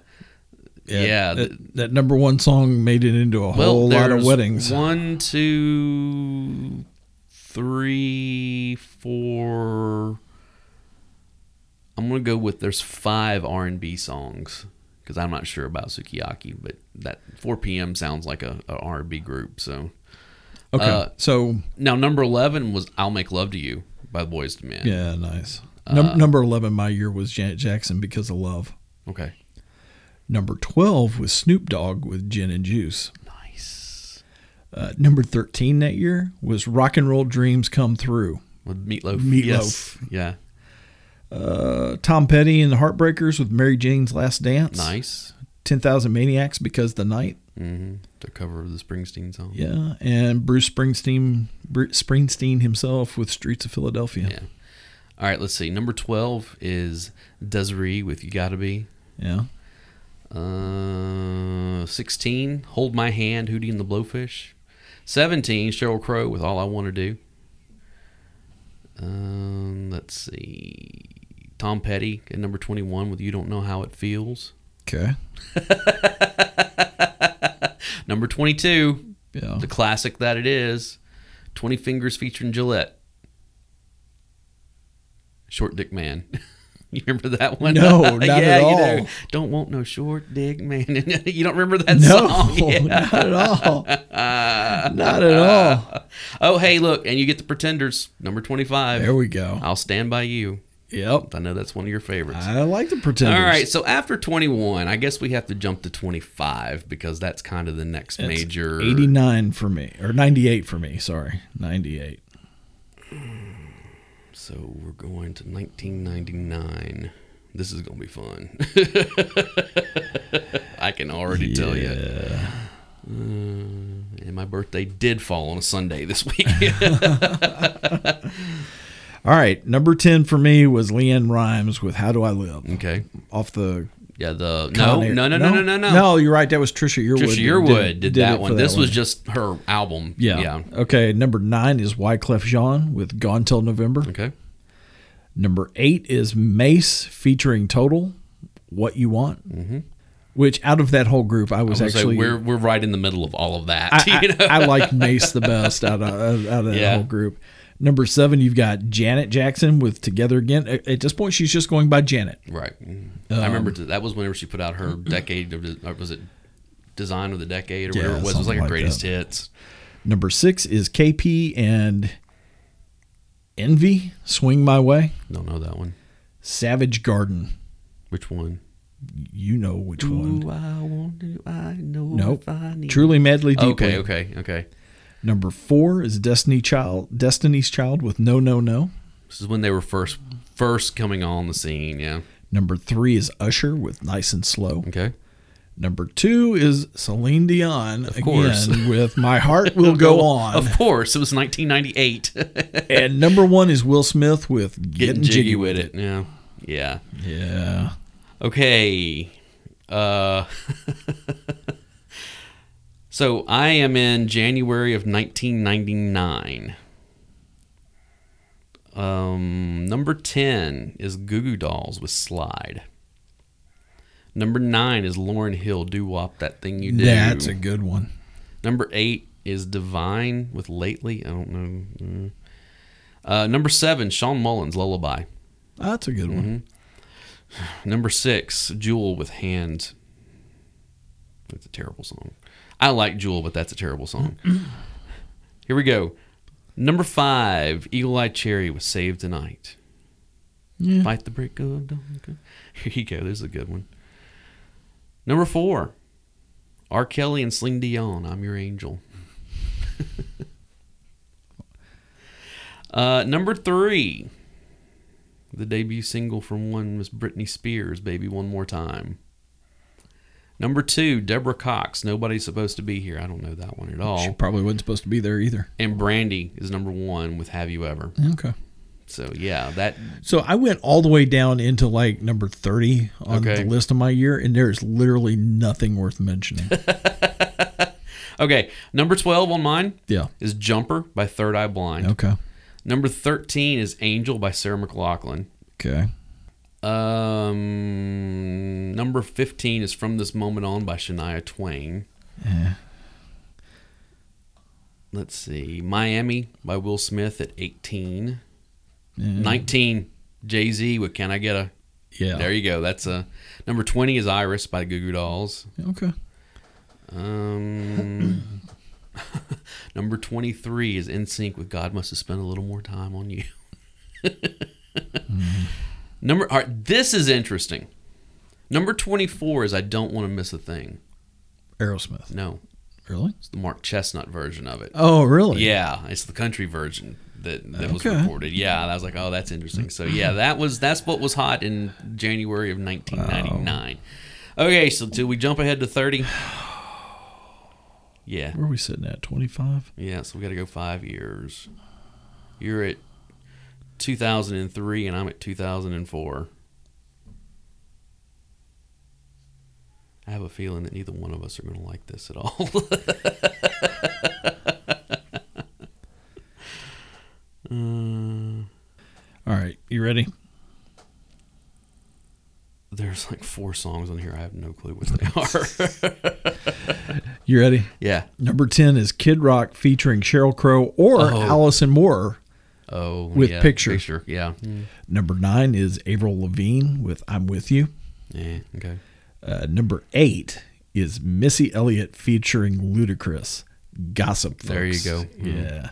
Yeah. th- That, that number one song made it into a whole lot of there's weddings. One, two, three, four. I'm gonna go with there's five R and B songs because I'm not sure about Sukiyaki, but that 4 p.m. sounds like a, a R&B group. So okay. uh, so, now number 11 was "I'll Make Love to You" by the Boys to Men. yeah, nice. Uh, Num- number 11 my year was Janet Jackson because of love. Okay. Number 12 was Snoop Dogg with Gin and Juice. Nice. Uh, number 13 that year was Rock and Roll Dreams Come Through. With meatloaf. Meatloaf. Yes. Yeah. Uh, Tom Petty and the Heartbreakers with Mary Jane's Last Dance. Nice. 10,000 Maniacs because the night. Mm-hmm. The cover of the Springsteen song. Yeah. And Bruce Springsteen Bru Springsteen himself with Streets of Philadelphia. Yeah. All right, let's see. Number 12 is Desiree with You Gotta Be. Yeah. Uh, 16, Hold My Hand, Hootie and the Blowfish. 17, Cheryl Crow with All I Want to Do. Um, let's see. Tom Petty at number 21 with You Don't Know How It Feels. <laughs> Okay. Number 22, Yeah. the classic that it is 20 Fingers featuring Gillette. Short Dick Man. <laughs> You remember that one? <laughs> No, not at You all. do. Don't want no short dick man. <laughs> you don't remember that <laughs> No, song? <laughs> Yeah. not at all. not at all. <laughs> Oh, hey, look, and you get the Pretenders, number twenty-five. There we go. I'll stand by you. Yep. I know that's one of your favorites. I like the pretenders. All right, so after twenty-one, I guess we have to jump to twenty-five because that's kind of the next It's major. 89 for me, or 98 for me. Sorry. 98. So we're going to nineteen ninety-nine. This is gonna be fun. <laughs> I can already tell you. Uh, and my birthday did fall on a Sunday this week. All right, number ten for me was Leanne Rhymes with "How Do I Live." <laughs> Okay. Off the Yeah. The Mm. no, Con no, Air. no, no, no, no, no. No, you're right. That was Trisha Yearwood. Trisha that Yearwood did, it that for one. this was one. just her album. yeah. Okay, number nine is Wyclef Jean with "Gone Till November." Okay. Number eight is Mace featuring Total, "What You Want," Mm-hmm. which out of that whole group, I was So actually we're we're right in the middle of all of that. <laughs> I, you know? I, I like Mace the best out of out of Yeah. that whole group. Number seven, you've got Janet Jackson with "Together Again." At at this point, she's just going by Janet. right. Um, I remember th- that was whenever she put out her decade of de- or was it design of the decade or Yeah, whatever it was. It was like something her like greatest that. hits. Number six is KP and Envy, Swing My Way, Don't know that one. Savage Garden. Which one? You know which one. I want to, I know Nope. Truly Madly Deeply. Okay, okay, okay. Number four is Destiny Child, Destiny's Child with No No No. This is when they were first first coming on the scene, yeah. Number three is Usher with Nice and Slow. Okay. Number two is Celine Dion again course. with My <laughs> Heart Will Go On. Of course, it was 1998. And number one is Will Smith with Getting, Getting <laughs> jiggy, Jiggy with it. Yeah. Yeah. Yeah. Okay. Uh <laughs> So I am in January of 1999. Um, number 10 is Goo Goo Dolls with Slide. Number 9 is Lauren Hill, Do Wop That Thing You Do. That's a good one. Number eight is Divine with Lately. I don't know. Mm. Uh, number seven, Sean Mullins, Lullaby. That's a good one. Number six, Jewel with Hand. That's a terrible song. I like Jewel, but that's a terrible song. Here we go. Number five, Eagle Eye Cherry with Save Tonight. Mm. Fight the break of dawn. <laughs> Here you go. There's a good one. Number four, R. Kelly and Celine Dion. I'm your angel. <laughs> uh, number three, the debut single from one was Britney Spears, Baby One More Time. Number two, Deborah Cox, Nobody's Supposed to Be Here. I don't know that one at She all. probably wasn't supposed to be there either. And Brandy is number one with Have You Ever. Okay. So, yeah, that So I went all the way down into like number 30 on Okay. the list of my year, and there's literally nothing worth <laughs> mentioning. Okay, number 12 on mine yeah. is Jumper by Third Eye Blind. Okay. Number 13 is Angel by Sarah McLaughlin. Okay. Um, number 15 is From This Moment On by Shania Twain. Let's see. Miami by Will Smith at 18. 19, Jay Z with Can I Get a. Mm. Yeah. There you go. That's a. Number 20 is Iris by the Goo Goo Dolls. okay. Um, <laughs> number 23 is In Sync with God Must Have Spent a Little More Time on You. <laughs> Number, all right, this is interesting. Number 24 is I Don't Want to Miss a Thing. Aerosmith. No, Really? it's the Mark Chestnut version of it. Oh, really? Yeah, it's the country version that, that was Okay. recorded. Yeah, and I was like, oh, that's interesting. So yeah, that was that's what was hot in January of 1999. Okay, so do we jump ahead to 30? Yeah, Where are we sitting at? 25? yeah. So we got to go five years. You're at 2003, and I'm at 2004. I have a feeling that neither one of us are going to like this at all. <laughs> All right. You ready? There's like four songs on here. I have no clue what they are. <laughs> You ready? yeah. Number 10 is Kid Rock featuring Cheryl Crow or Allison Moore. Oh, With yeah, picture. Mm. Yeah. Number nine is Avril Lavigne with I'm With You. Yeah. Okay. Uh, number eight is Missy Elliott featuring Ludacris. Gossip. Folks. There you go. Mm-hmm.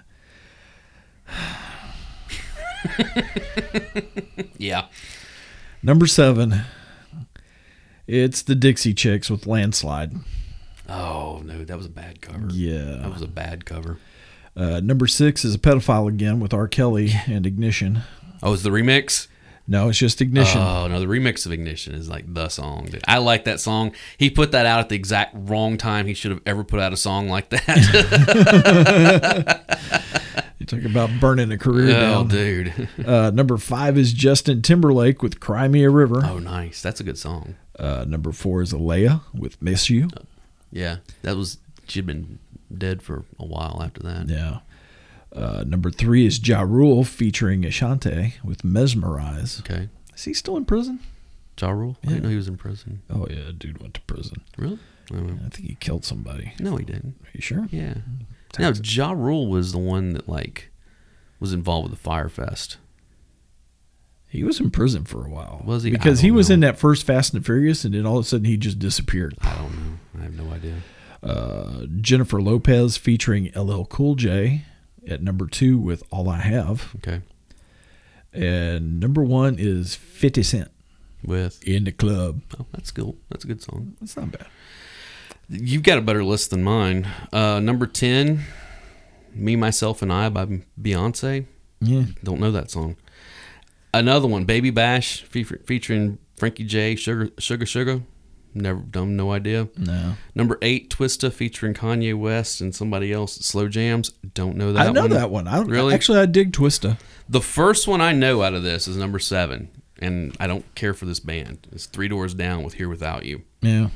Yeah. Yeah. Number seven. It's the Dixie Chicks with Landslide. Oh no, that was a bad cover. Yeah. That was a bad cover. Uh, number six is a pedophile again with R. Kelly and Ignition. Oh, it's the remix. No, it's just Ignition. Oh no, the remix of Ignition is like the song. Dude. I like that song. He put that out at the exact wrong time. He should have ever put out a song like that. You talk about burning a <laughs> career Oh, down. dude. Uh, number five is Justin Timberlake with Crimea River. Oh, nice. That's a good song. Uh, number four is Alea with Miss You. Yeah, that was she'd been dead for a while after that. Yeah. Uh, number three is Ja Rule featuring Ashante with Mesmerize. Okay, Is he still in prison? Ja Rule. I didn't know he was in prison. Oh, yeah. Dude went to prison. Really? I don't know. I think he killed somebody. No, he didn't. Are you sure? Yeah. Now Ja Rule was the one that like was involved with the Firefest. He was in prison for a while. Was he? I Because he don't was know. in that first Fast and Furious, and then all of a sudden he just disappeared. I don't know. I have no idea. Uh, Jennifer Lopez featuring LL Cool J at number two with All I Have. Okay. And number one is 50 Cent With in the club. oh, that's cool. That's a good song. That's not bad. You've got a better list than mine. Uh, number ten, "Me, Myself, and I" by Beyonce. Yeah. Don't know that song. Another one, Baby Bash, fe- featuring Frankie J, Sugar, Sugar, Sugar. Never, dumb, no idea. No. Number eight, Twista, featuring Kanye West and somebody else. Slow Jams. Don't know that. I know one. that one. I Really? Actually, I dig Twista. The first one I know out of this is number seven, and I don't care for this band. It's Three Doors Down with Here Without You. Yeah.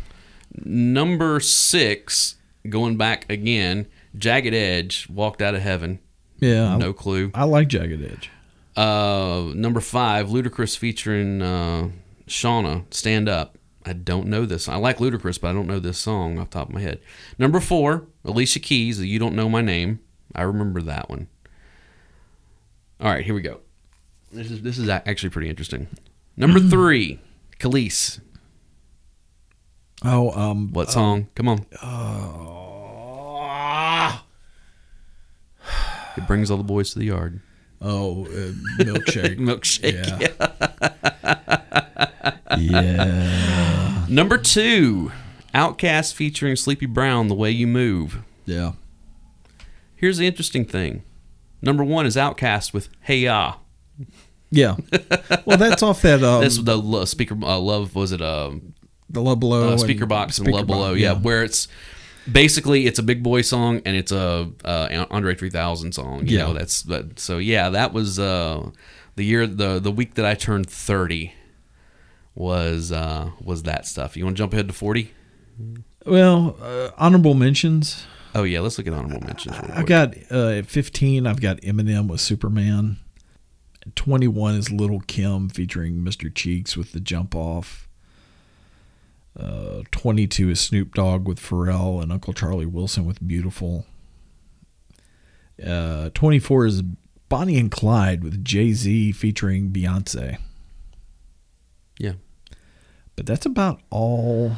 Number six, going back again, Jagged Edge, Walked Out of Heaven. Yeah. No clue. I, I like Jagged Edge. Uh, number five, Ludacris featuring uh, Shauna, Stand Up. I don't know this. I like Ludacris, but I don't know this song off the top of my head. Number four, Alicia Keys, You Don't Know My Name. I remember that one. All right, here we go. This is this is a- actually pretty interesting. Number three, Khalees. Oh, um, What song? Come <sighs> on. It brings all the boys to the yard. oh, uh, <laughs> milkshake. Milkshake. yeah. yeah. Number two, Outcast featuring Sleepy Brown, The Way You Move. Yeah. Here's the interesting thing. Number one is Outcast with Hey Ya. Yeah. Well, that's off <laughs> that um, That's the lo- speaker uh, love. Was it um, the Love Below uh, Oh, and- speaker box and Speaker love Box, below? Yeah. where it's basically it's a big boy song and it's a uh, Andre 3000 song. You Yeah. know, that's that. So yeah, that was uh, the year the the week that I turned 30 was uh, was that stuff. You want to jump ahead to 40? Well, uh, honorable mentions. Oh yeah, let's look at honorable mentions. real I quick. got uh, at 15. I've got Eminem with Superman. At 21 is Little Kim featuring Mr. Cheeks with the Jump Off. Uh, 22 is Snoop Dogg with Pharrell and Uncle Charlie Wilson with Beautiful. Uh, 24 is Bonnie and Clyde with Jay Z featuring Beyonce. yeah. But that's about all.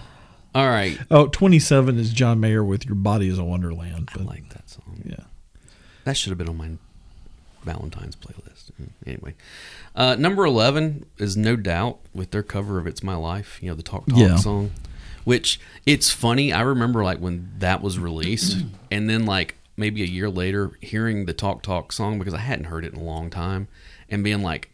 All right. Oh, 27 is John Mayer with Your Body is a Wonderland. I But like that song. yeah. That should have been on my Valentine's playlist. Mm, Anyway, uh, number eleven is no doubt with their cover of "It's My Life." You know the Talk Talk Yeah. song, which it's funny. I remember like when that was <clears throat> released, and then like maybe a year later, hearing the Talk Talk song because I hadn't heard it in a long time, and being like,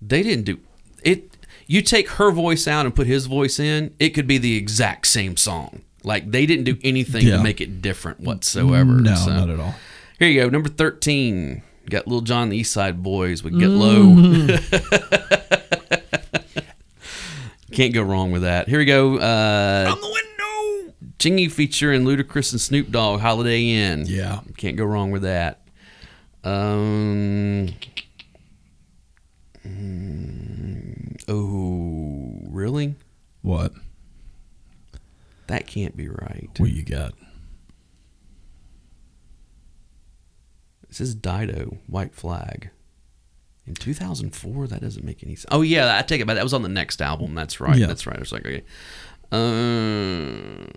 they didn't do it. You take her voice out and put his voice in, it could be the exact same song. Like they didn't do anything Yeah. to make it different whatsoever. No, so. not at all. Here you go, number thirteen. Got Lil John and the East Side Boys with Get Low. <laughs> Can't go wrong with that. Here we go. Uh, the window. Chingy featuring Ludacris and Snoop Dogg, Holiday Inn. Yeah. Can't go wrong with that. Um. mm, Oh, really? What? That can't be right. What you got? This is Dido, White Flag. In 2004, that doesn't make any sense. Oh, yeah, I take it back. That was on the next album. That's right. Yeah. That's right. I was like, okay. Um,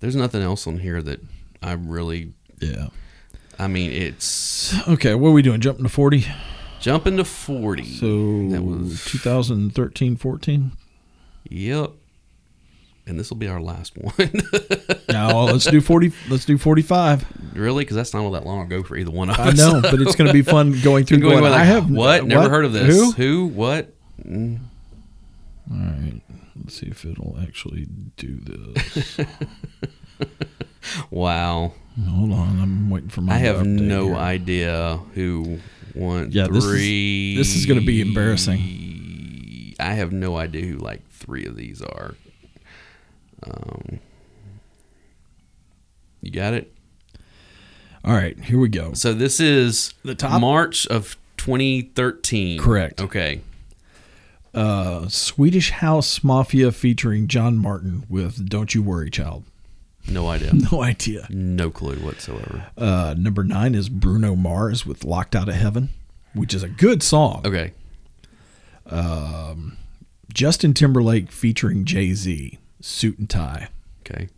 there's nothing else on here that I really. Yeah. I mean, it's Okay, what are we doing? Jumping to 40? jumping to 40. So that was. 2013 14? Yep. And this will be our last one. <laughs> No, let's do 40. Let's do 45. really? Because that's not all that long ago for either one of I us. <laughs> know, but it's going to be fun going through. <laughs> Going, Going, like, I have what? Never heard of this. Who? Who? What? All right. Let's see if it'll actually do this. Wow. Hold on, I'm waiting for my. I have update no here. idea who won Yeah, this is- three. this is gonna be embarrassing. I have no idea who like three of these are. Um, you got it. All right, here we go. So this is The top? March of 2013. Correct. Okay. Uh, Swedish House Mafia featuring John Martin with "Don't You Worry, Child." <laughs> No idea. No idea. no clue whatsoever. Uh, number nine is Bruno Mars with "Locked Out of Heaven," which is a good song. Okay. Justin Timberlake featuring Jay Z, "Suit and Tie." Okay.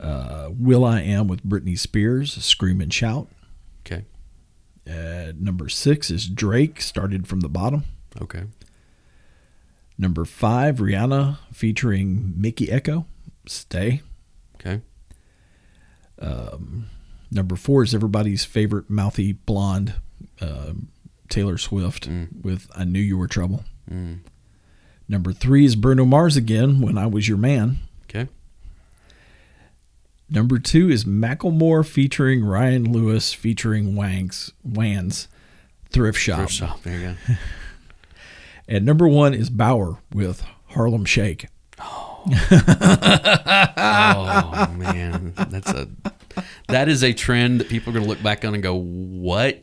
Uh, Will I Am with Britney Spears, "Scream and Shout." Okay. At number six is Drake, started from the bottom. Okay. Number five, Rihanna featuring Mickey Echo, Stay. Um, Okay. Number four is everybody's favorite mouthy blonde, uh, Taylor Swift, with I Knew You Were Trouble. Mm. Number three is Bruno Mars again, When I Was Your Man. Okay. Number two is Macklemore featuring Ryan Lewis featuring Wangs, Wans, Thrift Shop. Thrift shop. Oh, There you go. And number one is Bauer with Harlem Shake. Oh man, that's a that is a trend that people are going to look back on and go, "What?"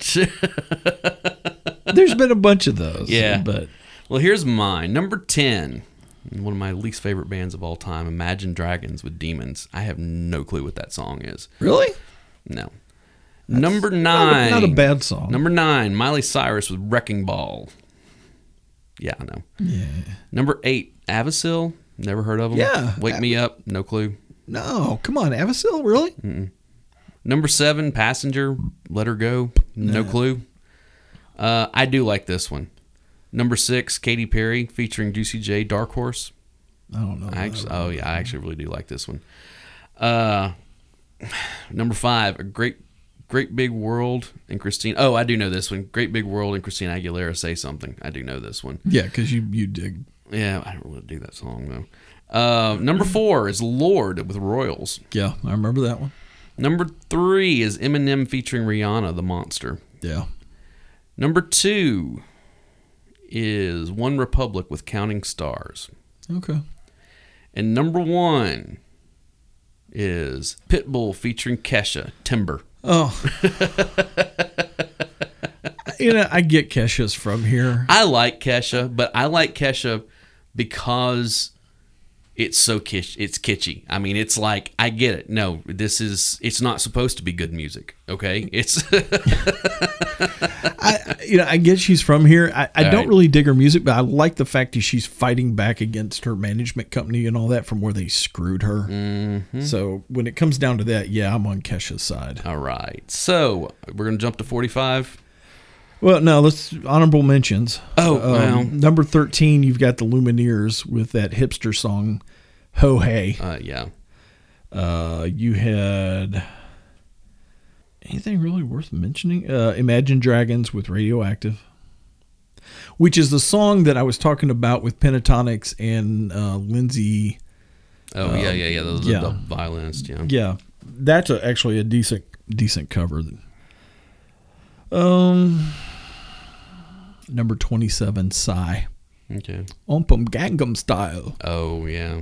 <laughs> There's been a bunch of those. Yeah. But well, here's mine. Number 10. One of my least favorite bands of all time, Imagine Dragons with Demons. I have no clue what that song is. really? No. Number Not nine. a- Not a bad song. Number nine, Miley Cyrus with Wrecking Ball. Yeah, I know. yeah. Number eight, Avicil. Never heard of them. Yeah. Wake Me Up. No clue. No, come on, Avicil, really? Mm. Number seven, Passenger. Let Her Go. No clue. Uh, I do like this one. Number six, Katy Perry featuring Juicy J, Dark Horse. I don't know. I actually, oh yeah, I actually really do like this one. Uh, <sighs> number five, a great, great big world and Christine. Oh, I do know this one. Great big world and Christine Aguilera say something. I do know this one. yeah, because you you dig. Yeah, I don't really do that song though. Uh, number four is Lord with Royals. Yeah, I remember that one. Number three is Eminem featuring Rihanna, The Monster. Yeah. Number two is One Republic with Counting Stars. Okay. And number one is Pitbull featuring Kesha, Timber. <laughs> Oh. you know, I get Kesha's from here. I like Kesha, but I like Kesha because it's so kish it's kitschy. I mean, it's like I get it. No, this is it's not supposed to be good music. Okay, <laughs> it's I you know, I get she's from here. I, I All don't right. really dig her music, but I like the fact that she's fighting back against her management company and all that from where they screwed her. Mm-hmm. So when it comes down to that, yeah, I'm on Kesha's side. all right. So we're gonna jump to forty-five. Well, no, let's honorable mentions. Um, Oh, Uh, well. number thirteen, you've got the Lumineers with that hipster song, "Ho Hey." Uh, yeah. Uh, you had anything really worth mentioning? Uh, Imagine Dragons with Radioactive, which is the song that I was talking about with Pentatonics and uh, Lindsay. Oh yeah, yeah, yeah. Those um, yeah. are the violinist. Yeah. Yeah, that's a, actually a decent decent cover. Um, number twenty seven, Psy. Okay. Ompum Gangnam Style. Oh yeah.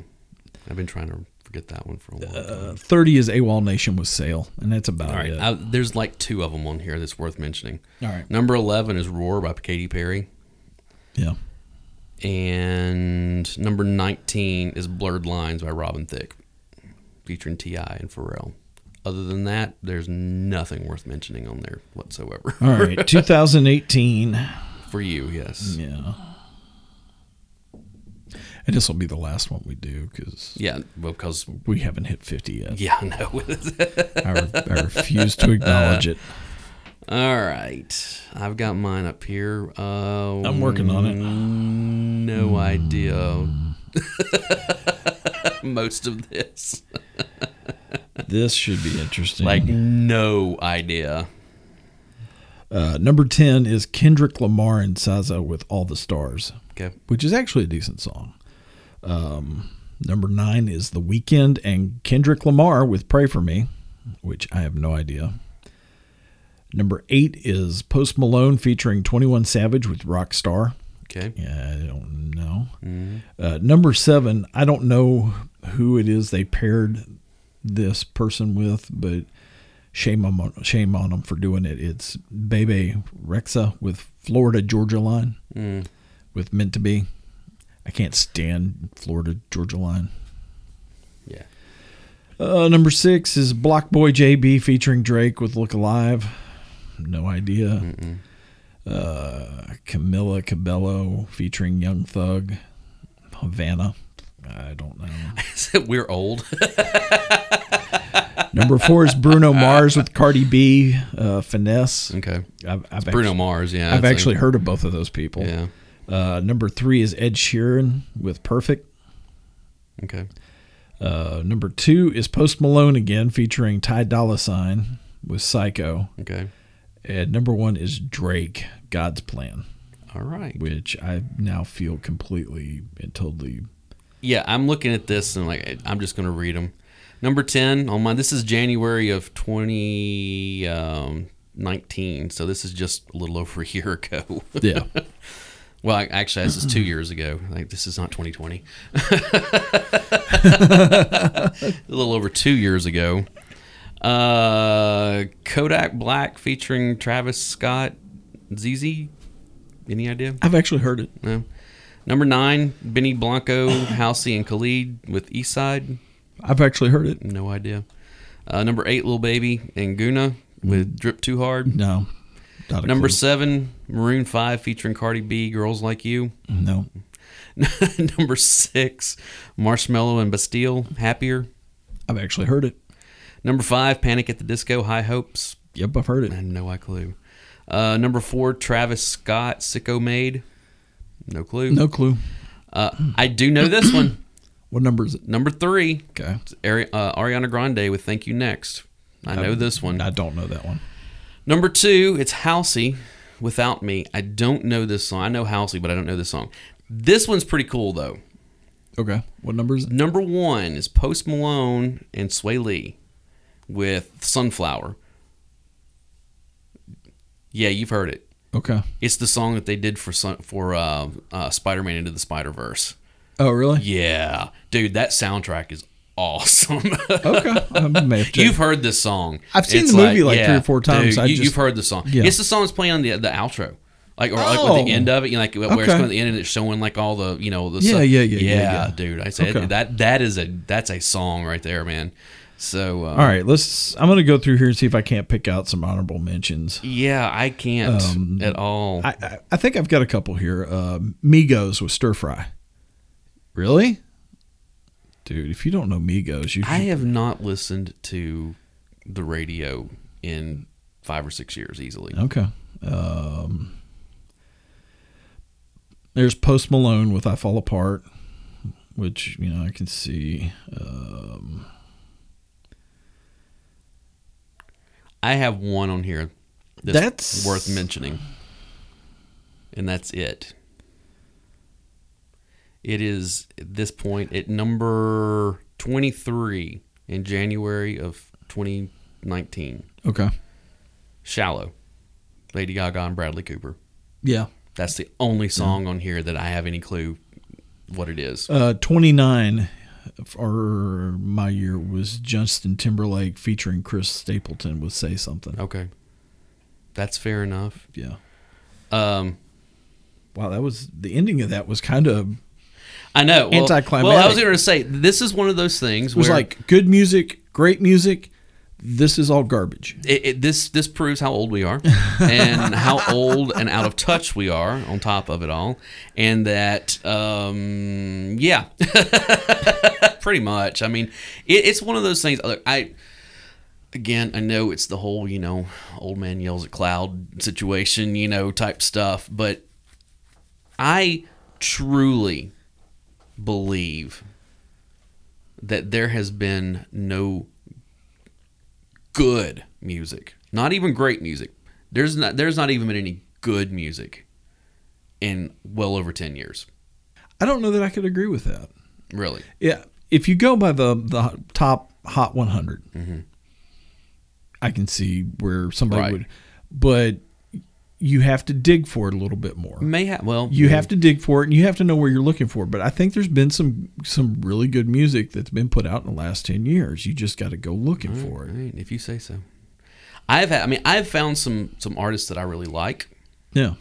I've been trying to forget that one for a long time. Uh, 30 is AWOL Nation with Sale, and that's about All right. it. I, there's like two of them on here that's worth mentioning. All right. Number 11 is Roar by Katy Perry. yeah. And number 19 is Blurred Lines by Robin Thicke, featuring T.I. and Pharrell. Other than that, there's nothing worth mentioning on there whatsoever. <laughs> All <laughs> right. 2018. For you, yes. Yeah. And this will be the last one we do because Yeah, well, because, we haven't hit 50 yet. yeah, I know. <laughs> I, re- I refuse to acknowledge it. All right. I've got mine up here. Uh, I'm working on it. No idea. <laughs> Most of this. This should be interesting. Like, no idea. uh, number 10 is Kendrick Lamar and Saza with All the Stars, Okay. which is actually a decent song. Um, Number nine is The Weekend and Kendrick Lamar with Pray For Me, which I have no idea. Number eight is Post Malone featuring 21 Savage with Rockstar. Okay. Yeah, I don't know. Uh, number seven, I don't know who it is they paired this person with, but shame on shame on them for doing it. It's Bebe Rexa with Florida Georgia Line with Meant to Be. I can't stand Florida Georgia Line. Yeah. <laughs> Uh, number six is Block Boy JB featuring Drake with Look Alive. No idea. Uh, Camilla Cabello featuring Young Thug. Havana. I <laughs> don't know. We're old. number four is Bruno Mars with Cardi B. Uh, Finesse. <laughs> okay. I've, <laughs> I've Bruno actually, Mars. Yeah. I've it's actually like- heard of both of those people. Yeah. Uh, number three is Ed Sheeran with Perfect. Okay. Uh, number two is Post Malone again featuring Ty Dolla Sign with Psycho. Okay. And number one is Drake, God's Plan, All right. which I now feel completely and totally. Yeah, I'm looking at this and like I'm just gonna read them. Number ten on my this is January of 2019, so this is just a little over a year <laughs> ago. Yeah. well, I- actually, this is <clears throat> two years ago. Like this is not <laughs> 2020. a little over two years ago. Uh, Kodak Black featuring Travis Scott, ZZ. Any idea? <laughs> I've actually heard it. No. Number nine, Benny <coughs> Blanco, Halsey, and Khalid with Eastside. I've actually heard it. No idea. Uh, number eight, Lil Baby and Guna with Drip Too Hard. No. Not Mm. a Number clue. seven, Maroon 5 featuring Cardi B, Girls Like You. No. <laughs> number six, Marshmello and Bastille, Happier. I've actually heard it. Number five, Panic at the Disco, High Hopes. Yep, I've heard I it. had no clue. Uh, number four, Travis Scott, Sicko Made. No clue. No clue. Uh, I do know this one. What number is it? Number three, Okay. Ari- uh, Ariana Grande with Thank You Next. I know this one. I don't know that one. Number two, it's Halsey Without Me. I don't know this song. I know Halsey, but I don't know this song. This one's pretty cool, though. Okay. What number is it? Number one is Post Malone and Sway Lee with Sunflower. Yeah, you've heard it. Okay. It's the song that they did for Sun- for uh, uh, Spider Man Into the Spider Verse. Oh, really? <laughs> Yeah, dude, that soundtrack is <laughs> awesome. Okay. I may have You've checked. heard this song. I've seen the movie like three or four times. I you, have just- heard the song. Yeah. It's the song that's playing on the the outro, like or like with Oh. the end of it. You know, like where it's Okay. going to the end and it's showing like all the you know the Yeah, stuff. yeah, yeah, yeah, yeah. dude. I said Okay. that that is a that's a song right there, man. So uh, All right. Let's. I'm going to go through here and see if I can't pick out some honorable mentions. yeah, I can't at all. Um, I, I, I think I've got a couple here. Uh, Migos with stir fry. Really, dude? If you don't know Migos, you I have not listened to the radio in five or six years easily. okay. Um, there's Post Malone with "I Fall Apart," which you know I can see. Um, I have one on here that's, That's- worth mentioning. And that's it. It is at this point at number 23 in January of 2019. okay, Shallow. Lady Gaga and Bradley Cooper. yeah. That's the only song on here that I have any clue what it is. Uh, Twenty nine for my year was Justin Timberlake featuring Chris Stapleton with "Say Something." Okay. That's fair enough. Yeah. Um, Wow, that was the ending of that was kind of I know. Well, Anticlimactic. Well, I was going to say, this is one of those things It was where. like good music, great music. This is all garbage. it, it, this this proves how old we are and how old and out of touch we are on top of it all and that um yeah <laughs> pretty much i mean it, it's one of those things look, i again i know it's the whole you know old man yells at cloud situation you know type stuff but i truly believe that there has been no good music. Not even great music. There's not there's not even been any good music in well over 10 years. I don't know that I could agree with that. Really? Yeah, if you go by the the top Hot 100, I can see where somebody Mm-hmm. Right. would, but you have to dig for it a little bit more. May have. Well, You have to dig for it, and you have to know where you're looking for. it. But I think there's been some some really good music that's been put out in the last ten years. You just got to go looking Mm-hmm. for it. Right, if you say so. I've had. I mean, I've found some some artists that I really like. Yeah,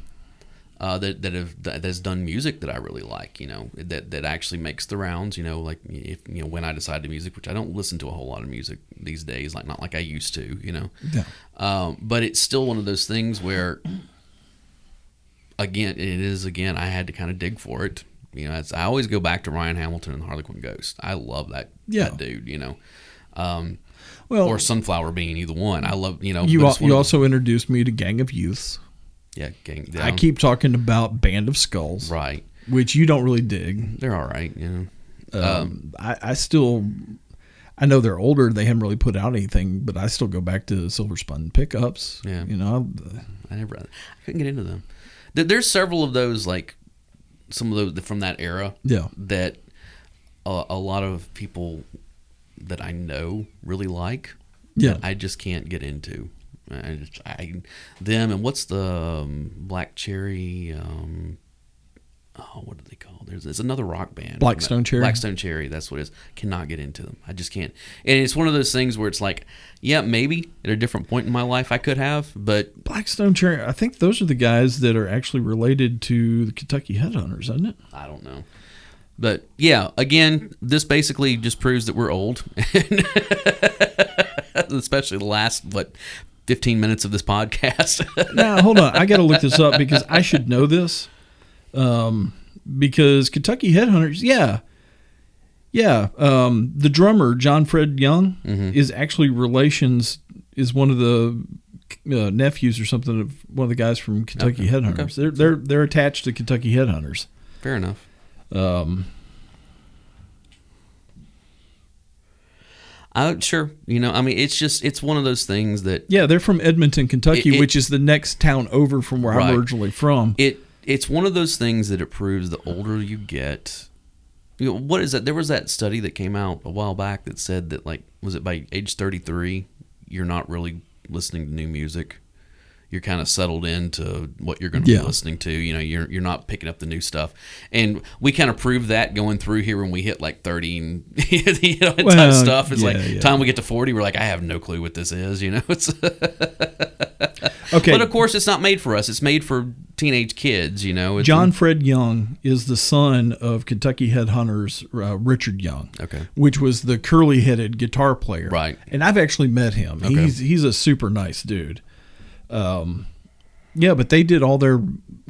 uh, that that have that has done music that I really like. You know, that that actually makes the rounds. You know, like if you know when I decide to music, which I don't listen to a whole lot of music these days, like not like I used to. You know, Yeah. um, but it's still one of those things where, again, it is again. I had to kind of dig for it. You know, it's, I always go back to Ryan Hamilton and Harlequin Ghost. I love that, Yeah. that dude. You know, um, well, or Sunflower Bean, either one. I love you know. you but al- it's one you of- also introduced me to Gang of Youths. yeah, gang, I yeah, keep talking about Band of Skulls, right. which you don't really dig. They're all right. You know. um, I, I still I know they're older. They haven't really put out anything, but I still go back to Silver Spun pickups. Yeah. you know, uh, I never, I couldn't get into them. There, there's several of those, like some of those from that era, yeah, that a, a lot of people that I know really like. Yeah. that I just can't get into. I, just, I them and what's the um, black cherry? Um, oh, what are they called? There's, there's another rock band. Blackstone Cherry? Blackstone Cherry. That's what it is. Cannot get into them. I just can't. And it's one of those things where it's like, yeah, maybe at a different point in my life I could have, but Blackstone Cherry. I think those are the guys that are actually related to the Kentucky Headhunters, isn't it? I don't know. But yeah, again, this basically just proves that we're old. <laughs> Especially the last what 15 minutes of this podcast. <laughs> now hold on, I got to look this up because I should know this. Um, because Kentucky Headhunters, yeah. Yeah, um, the drummer John Fred Young Mm-hmm. is actually relations is one of the uh, nephews or something of one of the guys from Kentucky Headhunters. They're they're they're attached to Kentucky Headhunters. Fair enough. Um I sure, you know, I mean it's just it's one of those things that Yeah, they're from Edmonton, Kentucky, It- it- which is the next town over from where Right. I'm originally from. it it's one of those things that it proves the older you get you know, what is that there was that study that came out a while back that said that like was it by age 33 you're not really listening to new music you're kind of settled into what you're going to Yeah. be listening to you know you're you're not picking up the new stuff and we kind of proved that going through here when we hit like 30 and <laughs> you know it Well, type stuff it's yeah, like yeah. time we get to 40 we're like i have no clue what this is you know <laughs> it's <laughs> Okay, but of course it's not made for us it's made for teenage kids you know it's John Fred Young is the son of Kentucky Headhunters uh, Richard Young, Okay. which was the curly-headed guitar player, Right. And I've actually met him. He's he's a super nice dude. Um, yeah, but they did all their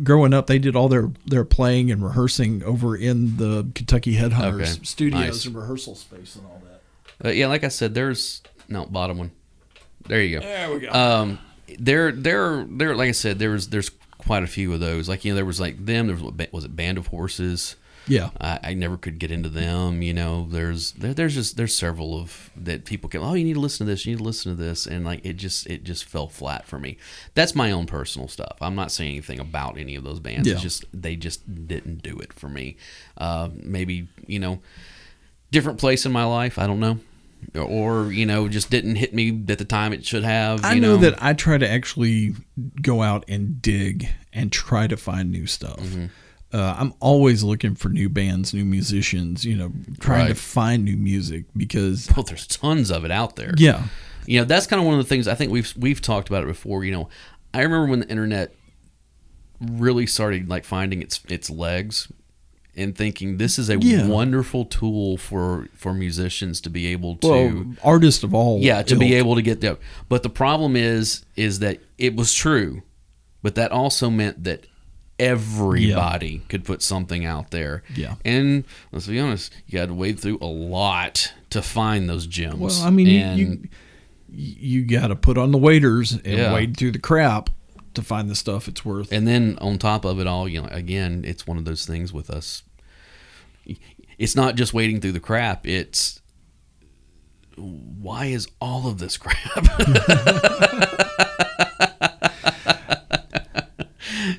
growing up. They did all their their playing and rehearsing over in the Kentucky Headhunters Okay. studios Nice. and rehearsal space and all that. But yeah, like I said, there's no bottom one. There you go. There we go. Um, there, there, there. Like I said, there was there's quite a few of those. Like you know, there was like them. There was what ba- was it? Band of Horses. yeah, I, I never could get into them. You know, there's there, there's just there's several of that people can. Oh, you need to listen to this. You need to listen to this, and like it just it just fell flat for me. That's my own personal stuff. I'm not saying anything about any of those bands. Yeah. It's just they just didn't do it for me. Uh, maybe you know, different place in my life. I don't know, or you know, just didn't hit me at the time it should have. I you know, that I try to actually go out and dig and try to find new stuff. Mm-hmm. Uh, I'm always looking for new bands, new musicians. You know, trying to Right. find new music because Well, there's tons of it out there. yeah, you know that's kind of one of the things I think we've we've talked about it before. You know, I remember when the internet really started like finding its its legs and thinking this is a Yeah. wonderful tool for for musicians to be able to well, artists of all yeah to be ilk. able to get there. But the problem is is that it was true, but that also meant that everybody could put something out there. Yeah. and let's be honest, you had to wade through a lot to find those gems. Well, I mean, you- And- you you, got to put on the waiters and Yeah. wade through the crap to find the stuff it's worth. and then on top of it all, you know, again, it's one of those things with us. It's not just wading through the crap. It's why is all of this crap? <laughs>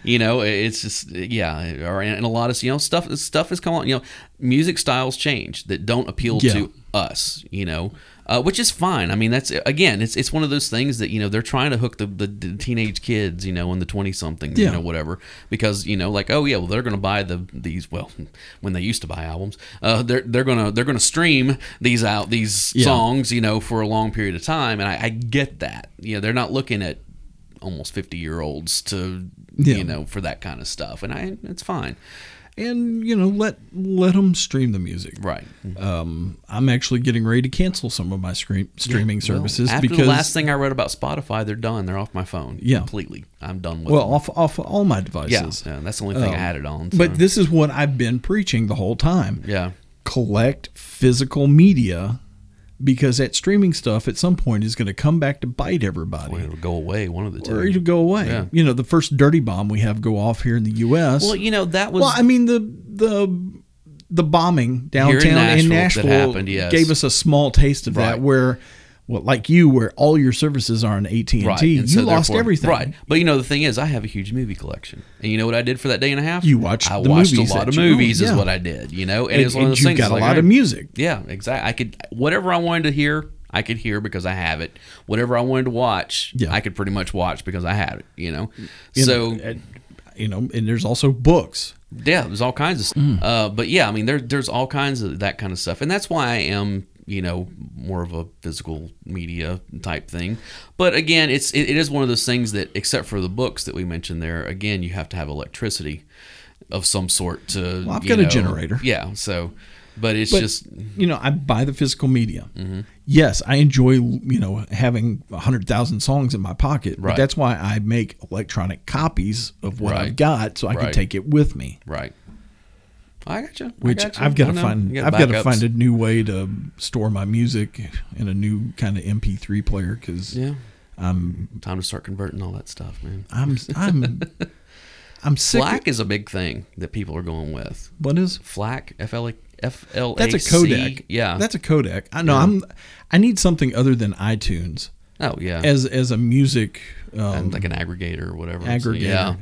you know, it's just yeah. Or and a lot of you know stuff. Stuff is coming. You know, music styles change that don't appeal Yeah. to us. You know, uh, which is fine. I mean, that's again, it's it's one of those things that you know they're trying to hook the, the, the teenage kids, you know, and the twenty somethings, you Yeah. know, whatever, because you know, like oh yeah, well they're gonna buy the these well <laughs> when they used to buy albums, uh, they're they're gonna they're gonna stream these out these Yeah. songs, you know, for a long period of time, and I, I get that. You know, they're not looking at almost fifty year olds to Yeah. you know for that kind of stuff, and I it's fine, and you know let let them stream the music. right? Um, I'm actually getting ready to cancel some of my screen, streaming services After because the last thing I read about Spotify, they're done. They're off my phone. Yeah. completely. I'm done with. well them. off off all my Yeah, devices. yeah, that's the only thing I had it on. so. But this is what I've been preaching the whole time. yeah, Collect physical media because that streaming stuff at some point is going to come back to bite everybody. Well, it'll go away. One of the two. or it'll go away. Yeah. You know, the first dirty bomb we have go off here in the U.S. well, you know that was. Well, I mean the the the bombing downtown in Nashville Nashville, that happened, yes. gave us a small taste of that Right. where well like you where all your services are on AT&T. Right. you and so lost therefore- everything. Right. But you know, the thing is, I have a huge movie collection. And you know what I did for that day and a half? You watched I the watched movies a lot that of you own, movies, yeah. is what I did, you know? And, And, it was one of and those you've things. got a like, lot all of right. music. Yeah, exactly. I could, whatever I wanted to hear, I could hear because I have it. Whatever I wanted to watch, Yeah. I could pretty much watch because I had it, you know? You so. know, and, you know, and there's also books. Yeah, there's all kinds of Mm. stuff. Uh, but yeah, I mean, there, there's all kinds of that kind of stuff. And that's why I am, you know, more of a physical media type thing. But again, it's it, it is one of those things that, except for the books that we mentioned there, again, you have to have electricity of some sort to. Well, I've you got a know- generator. Yeah, so. But it's But just. Mm-hmm. you know, I buy the physical media. Yes, I enjoy you know having hundred thousand songs in my pocket. But Right. that's why I make electronic copies of what I've Right. got so I can Right. take it with me. Right. I got you. Which I gotcha. I've got to I know. find. You I've got to backups. find a new way to store my music in a new kind of MP3 player because Yeah. I'm Time to start converting all that stuff, man. I'm <laughs> I'm I'm sick. of- Black is a big thing that people are going with. What is FLAC, F L A F L A C. that's a codec? Yeah. that's a codec. I know. I'm. I need something other than iTunes oh yeah. as as a music. And Um, like an aggregator or whatever. So, aggregator. yeah.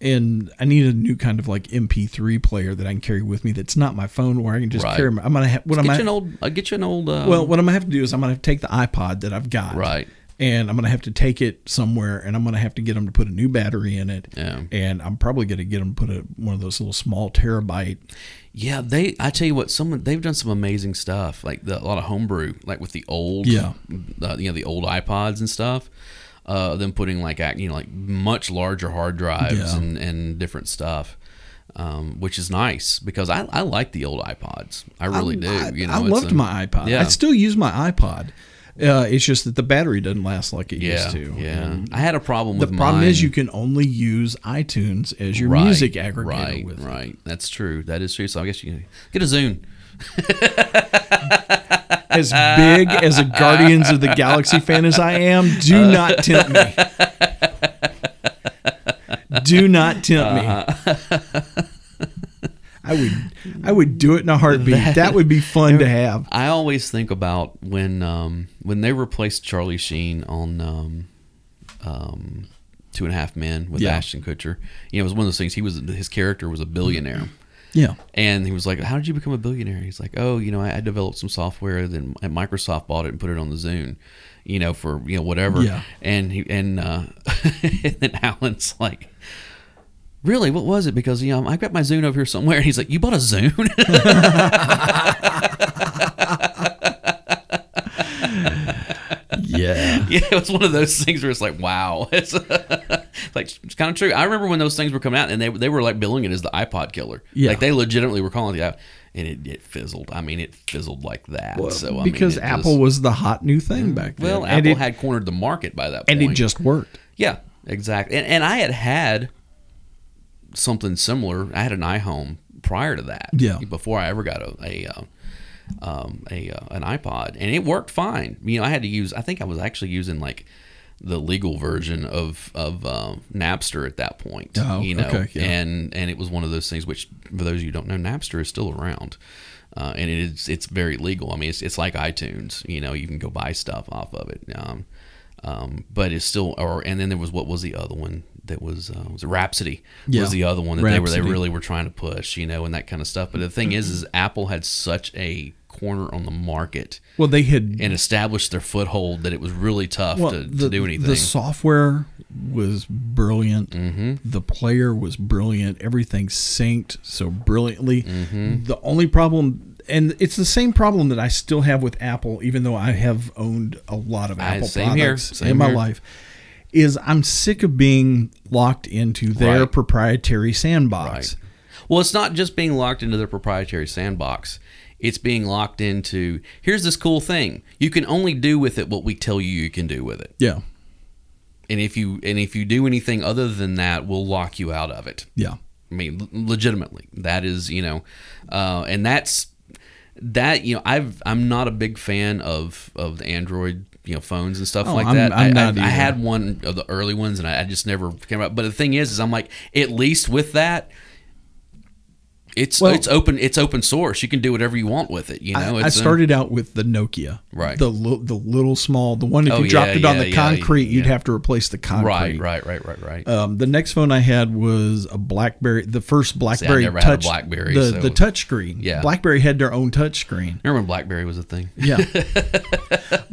and I need a new kind of like MP3 player that I can carry with me. That's not my phone, where I can just Right. carry. My, I'm gonna have what I'm Get you gonna, an old. I'll get you an old. Uh, well, what I'm gonna have to do is I'm gonna have to take the iPod that I've got, Right. and I'm gonna have to take it somewhere, and I'm gonna have to get them to put a new battery in it, Yeah. and I'm probably gonna get them to put a, one of those little small terabyte. yeah. They. I tell you what. Someone. They've done some amazing stuff. Like the, a lot of homebrew. Like with the old. Yeah. Uh, you know the old iPods and stuff. Uh, them putting like ac- you know like much larger hard drives Yeah. and, and different stuff. Um, which is nice because I, I like the old iPods. I really do. I, you know, I it's loved a- my iPod. Yeah. I still use my iPod. Uh, it's just that the battery doesn't last like it yeah, used to. yeah. I had a problem The with problem mine. is you can only use iTunes as your Right, music aggregator Right, with it. right. That's true. That is true. So I guess you can get a Zune. as big as a Guardians of the Galaxy fan as I am, Uh. do not tempt me. Do not tempt me. Uh-huh. <laughs> I would, I would do it in a heartbeat. That, would be fun to have. I always think about when um, when they replaced Charlie Sheen on um, um, Two and a Half Men with Yeah. Ashton Kutcher. You know, it was one of those things. He was his character was a billionaire. Yeah, And he was like, "How did you become a billionaire?" He's like, "Oh, you know, I, I developed some software, then and Microsoft bought it and put it on the Zune, you know, for you know whatever." Yeah. And he and uh, <laughs> and then Alan's like, "Really? What was it?" Because you know, I've got my Zune over here somewhere. <laughs> And he's like, "You bought a Zune?" <laughs> yeah. yeah, it was one of those things where it's like, wow, <laughs> it's like it's kind of true. I remember when those things were coming out, and they they were like billing it as the iPod killer. Yeah. like they legitimately were calling it the iPod, and it, it fizzled. I mean, it fizzled like that. so I because mean, it Apple just- was the hot new thing back then. well, and Apple it, had cornered the market by that point. and it just worked. yeah, exactly. And, and I had had something similar. I had an iHome prior to that. Yeah. Before I ever got a, a uh, um, a uh, an iPod, and it worked fine. You know, I had to use. I think I was actually using like the legal version of of um, Napster at that point. Oh, you know, okay, yeah. and and it was one of those things which, for those of you who don't know, Napster is still around. Uh, and it is it's very legal. I mean, it's, it's like iTunes. You know, you can go buy stuff off of it. Um, um, but it's still or and then there was what was the other one that was uh, was Rhapsody Yeah. was the other one that they were they Rhapsody. Mm-hmm. really were trying to push, you know, and that kind of stuff. But the thing is, is Apple had such a corner on the market Well, they had and established their foothold that it was really tough well, to, the, to do anything. The software was brilliant. Mm-hmm. The player was brilliant. Everything synced so brilliantly. Mm-hmm. The only problem, and it's the same problem that I still have with Apple, even though I have owned a lot of I- Apple same here, products same in my here. life. Is I'm sick of being locked into their Right. proprietary sandbox. Right. Well, it's not just being locked into their proprietary sandbox. It's being locked into here's this cool thing. You can only do with it what we tell you you can do with it. Yeah, And if you and if you do anything other than that, we'll lock you out of it. yeah. I mean, l- legitimately, that is you know, uh, and that's that you know I've I'm not a big fan of of the Android you know phones and stuff Oh, like I'm- that. I'm I- not I, I either. had one of the early ones and I, I just never came out. But the thing is, is I'm like at least with that. It's Well- it's open it's open source. You can do whatever you want with it. You I- know, I, it's um, started out with the Nokia, Right. The li- the little small, the one if Oh, you dropped yeah, it on yeah, the yeah, concrete, you'd yeah. have to replace the concrete. <laughs> right, right, right, right, right. Um, the next phone I had was a BlackBerry, the first BlackBerry never had a touch, BlackBerry, the so- the touch screen. Yeah. BlackBerry had their own touch screen. Remember when BlackBerry was a thing? <laughs> <laughs> Yeah,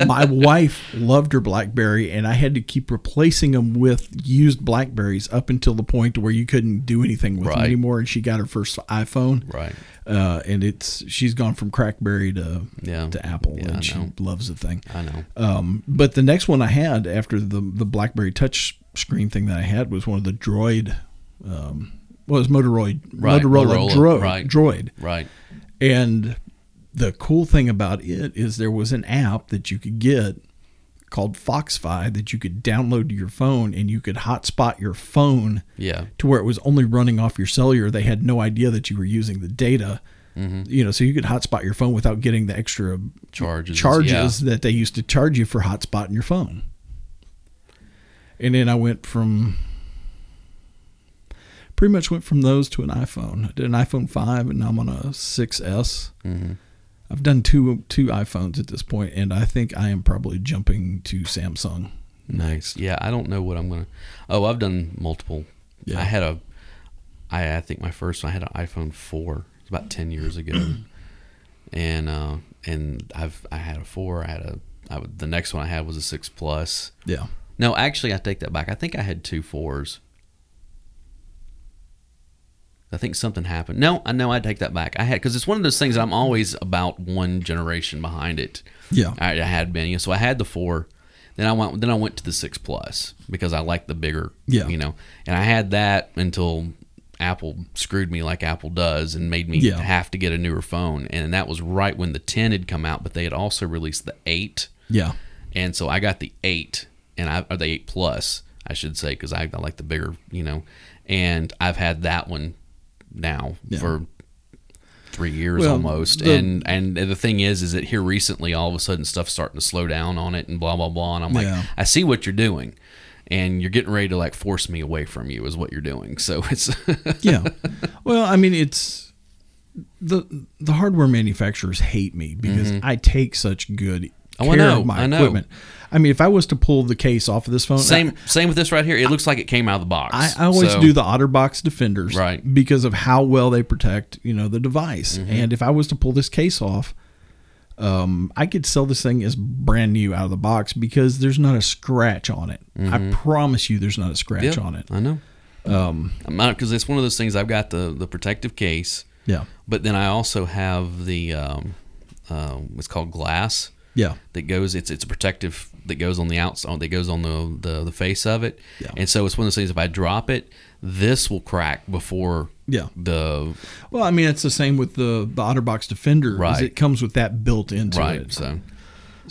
my wife loved her BlackBerry, and I had to keep replacing them with used Blackberries up until the point where you couldn't do anything with them Right. anymore. And she got her first iPhone, Right. Uh, and it's she's gone from CrackBerry to Yeah. to Apple, Yeah, and I she know. loves the thing. I know. Um, but the next one I had after the the BlackBerry Touch screen thing that I had was one of the Droid. Um, well, it was Motorola, Right, Motorola, Motorola, Droid, right. Droid, Right. and the cool thing about it is there was an app that you could get called Foxfi that you could download to your phone and you could hotspot your phone Yeah. to where it was only running off your cellular. They had no idea that you were using the data. Mm-hmm. You know, so you could hotspot your phone without getting the extra Charges, charges that they used to charge you for hotspotting your phone. And then I went from pretty much went from those to an iPhone. I did an iPhone five, and now I'm on a 6S. Mm-hmm. I've done two two iPhones at this point, and I think I am probably jumping to Samsung. Nice. Yeah, I don't know what I'm gonna. Oh, I've done multiple. I had a. I I think my first I had an iPhone four. It's about ten years ago, and uh, and I've I had a four. I had a I would- the next one I had was a six plus. Yeah, No, actually, I take that back. I think I had two fours. I think something happened. No, I know I take that back. I had because it's one of those things I'm always about one generation behind it. yeah. I, I had been. You know, so I had the four. Then I went. Then I went to the six plus because I like the bigger. Yeah. You know, and I had that until Apple screwed me like Apple does and made me Yeah. have to get a newer phone. And that was right when the ten had come out, but they had also released the eight. yeah. And so I got the eight, and I or the eight plus, I should say, because I, I like the bigger, you know. And I've had that one now Yeah. for three years Well, almost. the- and and the thing is, is that here recently, all of a sudden, stuff's starting to slow down on it, and blah blah blah. And I'm like, Yeah. I see what you're doing, and you're getting ready to like force me away from you is what you're doing. So <laughs> it's yeah. Well, I mean, it's the the hardware manufacturers hate me because I take such good Mm-hmm. Oh, I care know, of my I know. equipment. I mean, if I was to pull the case off of this phone, same same with this right here. It looks like it came out of the box. I, I always So- do the OtterBox defenders, Right. Mm-hmm. Because of how well they protect, you know, the device. And if I was to pull this case off, um, I could sell this thing as brand new out of the box because there's not a scratch on it. I promise you, there's not a scratch Mm-hmm. Yeah, on it. I know. Um, because it's one of those things. I've got the the protective case. Yeah, But then I also have the um, um it's called glass yeah, that goes. It's it's a protective that goes on the outside that goes on the the, the face of it. Yeah. And so it's one of those things. If I drop it, this will crack before yeah. the Well, I mean, it's the same with the the OtterBox Defender. is Right. It comes with that built into right. it. So.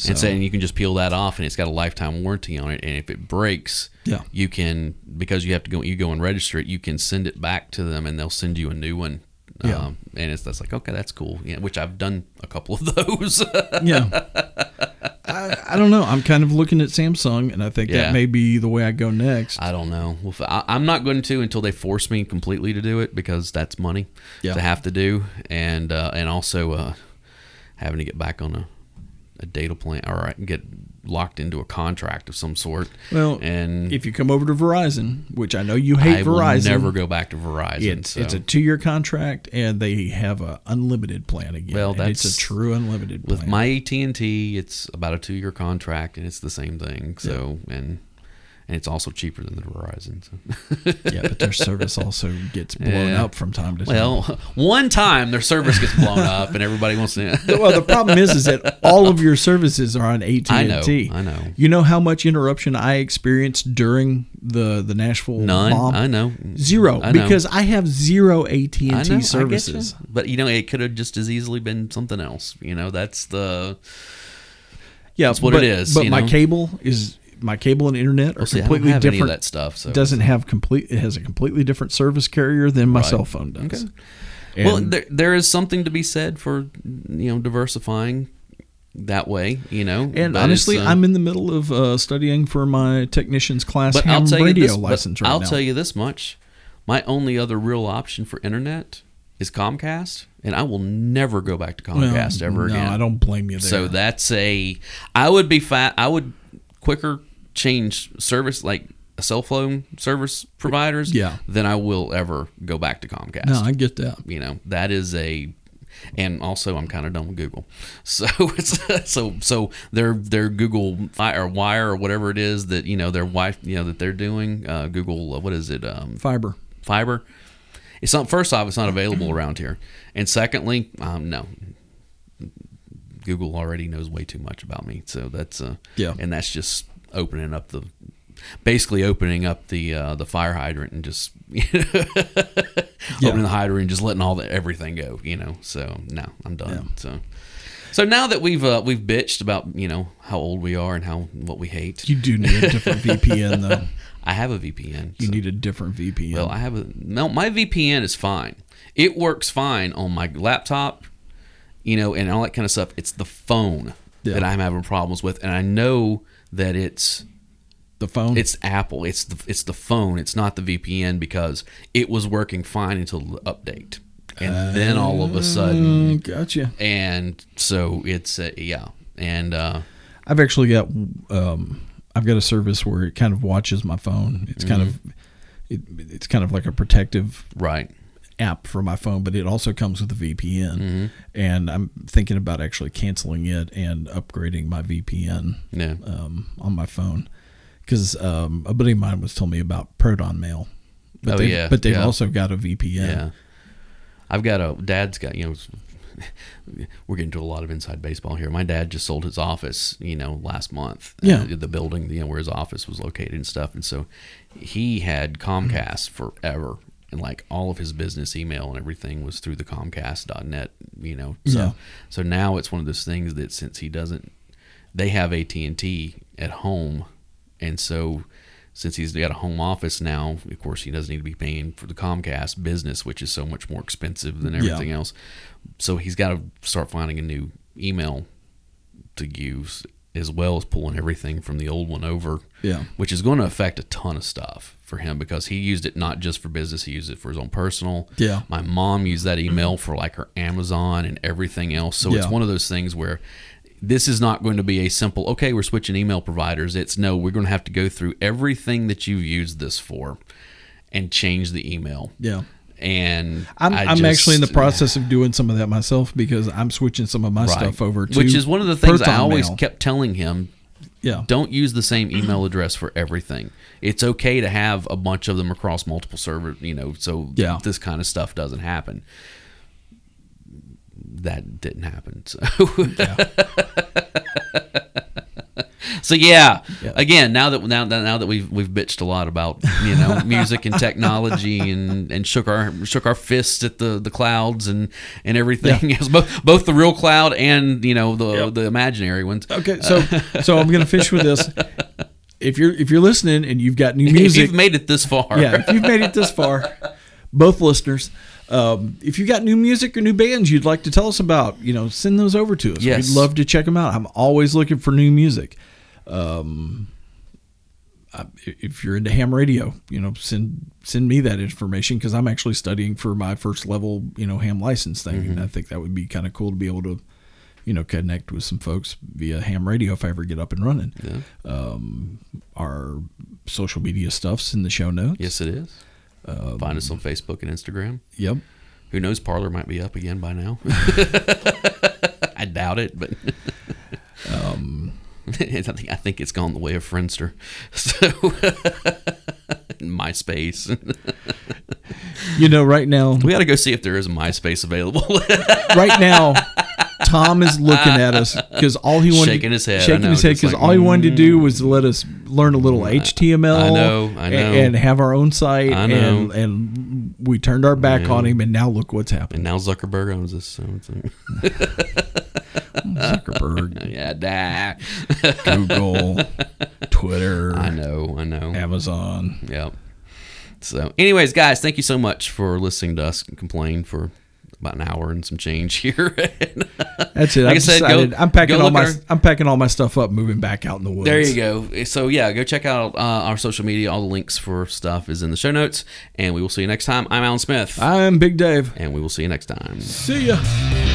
And so and you can just peel that off, and it's got a lifetime warranty on it. And if it breaks, Yeah. you can because you have to go you go and register it. You can send it back to them, and they'll send you a new one. Yeah. Um, and it's that's like okay, that's cool. Yeah, which I've done a couple of <laughs> those. yeah. <laughs> I, I don't know. I'm kind of looking at Samsung, and I think Yeah. that may be the way I go next. I don't know. Well, f- I, am not going to until they force me completely to do it because that's money Yeah. to have to do, and uh, and also uh, having to get back on a, a data plan or I can get locked into a contract of some sort. Well, and if you come over to Verizon, which I know you hate I Verizon, will never go back to Verizon. It's, so. it's a two-year contract, and they have a unlimited plan again. Well, and it's that's- a true unlimited plan. with my AT and T, it's about a two-year contract, and it's the same thing. So and and it's also cheaper than the Verizon. So. yeah, but their service also gets blown Yeah. up from time to time. Well, <laughs> one time their service gets blown up, and everybody wants <laughs> to. well, the problem is, is that all of your services are on AT&T. <laughs> I know, I know. You know how much interruption I experienced during the the Nashville None. bomb? I know. Zero, I know. because I have zero AT&T I know, I get services. you. but you know, it could have just as easily been something else. You know, that's the Yeah, That's what but- it is, But you my know? cable is my cable and internet are see, I don't completely have any of different. that stuff, so- doesn't have complete. It has a completely different service carrier than my cell phone does. Okay. well. And- There, there is something to be said for you know diversifying that way. You know, And but it's, honestly, uh, I'm in the middle of uh, studying for my technician's class ham radio this, but license right I'll now. tell you this much: my only other real option for internet is Comcast, and I will never go back to Well, Comcast ever no, again. I don't blame you there. So that's a. I would be fat. I would quicker change service like a cell phone service providers. Yeah. Than I will ever go back to Comcast. no, I get that. you know that is a. And also, I'm kind of done with Google, <laughs> so it's so so their their Google Fi- or Wire or whatever it is that you know their wife you know that they're doing uh, Google uh, what is it um, Fiber. fiber. It's not. First off, it's not available around here, and secondly, um, no. Google already knows way too much about me, so that's uh, Yeah. and that's just opening up the, basically opening up the uh, the fire hydrant and just <laughs> opening the hydrant and just letting all the everything go, you know. So no, I'm done. So. So now that we've uh, we've bitched about you know how old we are and how what we hate, You do need a <laughs> different VPN though. I have a VPN. You so- need a different VPN. well, I have a no. My VPN is fine. It works fine on my laptop, you know, and all that kind of stuff. It's the phone Yeah. that I'm having problems with, and I know that it's the phone. it's Apple. It's the it's the phone. It's not the VPN because it was working fine until the update, and then all of a sudden, Mm, gotcha. and so it's uh, yeah, and uh, I've actually got um, I've got a service where it kind of watches my phone. It's kind of Mm-hmm. it, it's kind of like a protective right, app for my phone, but it also comes with a VPN. Mm-hmm. And I'm thinking about actually canceling it and upgrading my VPN yeah, um, on my phone because um, a buddy of mine was telling me about Proton Mail. But Oh, they've, yeah, But they've yeah. also got a VPN. Yeah. I've got a dad's got, you know, <laughs> we're getting to a lot of inside baseball here. My dad just sold his office, you know, last month. Yeah. Uh, the building, you know, where his office was located and stuff. And so he had Mm-hmm. Comcast forever. And like all of his business email and everything was through the Comcast.net, you know. So, Yeah. so now it's one of those things that since he doesn't, they have AT&T at home. And so since he's got a home office now, of course, he doesn't need to be paying for the Comcast business, which is so much more expensive than everything else. So he's got to start finding a new email to use as well as pulling everything from the old one over. Yeah. Which is going to affect a ton of stuff for him because he used it not just for business, he used it for his own personal. Yeah. My mom used that email for like her Amazon and everything else. So it's Yeah. one of those things where this is not going to be a simple, okay, we're switching email providers. It's no, we're going to have to go through everything that you've used this for and change the email. Yeah. And I'm, I I'm actually in the just- process of doing some of that myself because I'm switching some of my stuff over to which is one of the things I Proton always Mail. kept telling him Yeah. don't use the same email address for everything. It's okay to have a bunch of them across multiple server, you know, so Yeah. this kind of stuff doesn't happen. That didn't happen. So <laughs> So yeah, again, now that now that now that we've we've bitched a lot about you know <laughs> music and technology and and shook our shook our fists at the the clouds and and everything else, both both the real cloud and you know the the imaginary ones. Okay, so so I'm gonna finish <laughs> with this. If you're if you're listening and you've got new If music, you've made it this far, yeah, if you've made it this far, both listeners, um, if you got new music or new bands you'd like to tell us about, you know, send those over to us. Yes. We'd love to check them out. I'm always looking for new music. Um, I- if you're into ham radio, you know, send send me that information because I'm actually Mm-hmm. studying for my first level, you know, ham license thing, and I think that would be kind of cool to be able to, you know, connect with some folks via ham radio if I ever get up and running. Um, Yeah. Our social media stuff's in the show notes. <laughs> Yes, it is. Um, Find us on Facebook and Instagram. Yep. Who knows? Parlor might be up again by <laughs> now. <laughs> I doubt it, but Um, <laughs> I think I think it's gone the way of Friendster. <laughs> So MySpace. <laughs> You know, right now, We got to go see if there is a MySpace available. <laughs> right now, Tom is looking at us because all he wanted Shaking his head, I shaking know, his head just because like, mm. all he wanted to do was let us learn a little HTML. I know, I a- know. and have our own site. I know. and and we turned our back on him, and now look <laughs> what's happened. and now Zuckerberg owns us. So it's like, <laughs> Zuckerberg, yeah, nah. Google, <laughs> Twitter, I know, I know. Amazon. Yep. So, anyways, guys, thank you so much for listening to us complain for about an hour and some change <laughs> here. That's it. Like I've I said, go- decided I'm packing go all look my at our- I'm packing all my stuff up, moving back out in the woods. there you go. So, yeah, go check out uh, our social media. All the links for stuff is in the show notes. And we will see you next time. I'm Alan Smith. I'm Big Dave. and we will see you next time. See ya.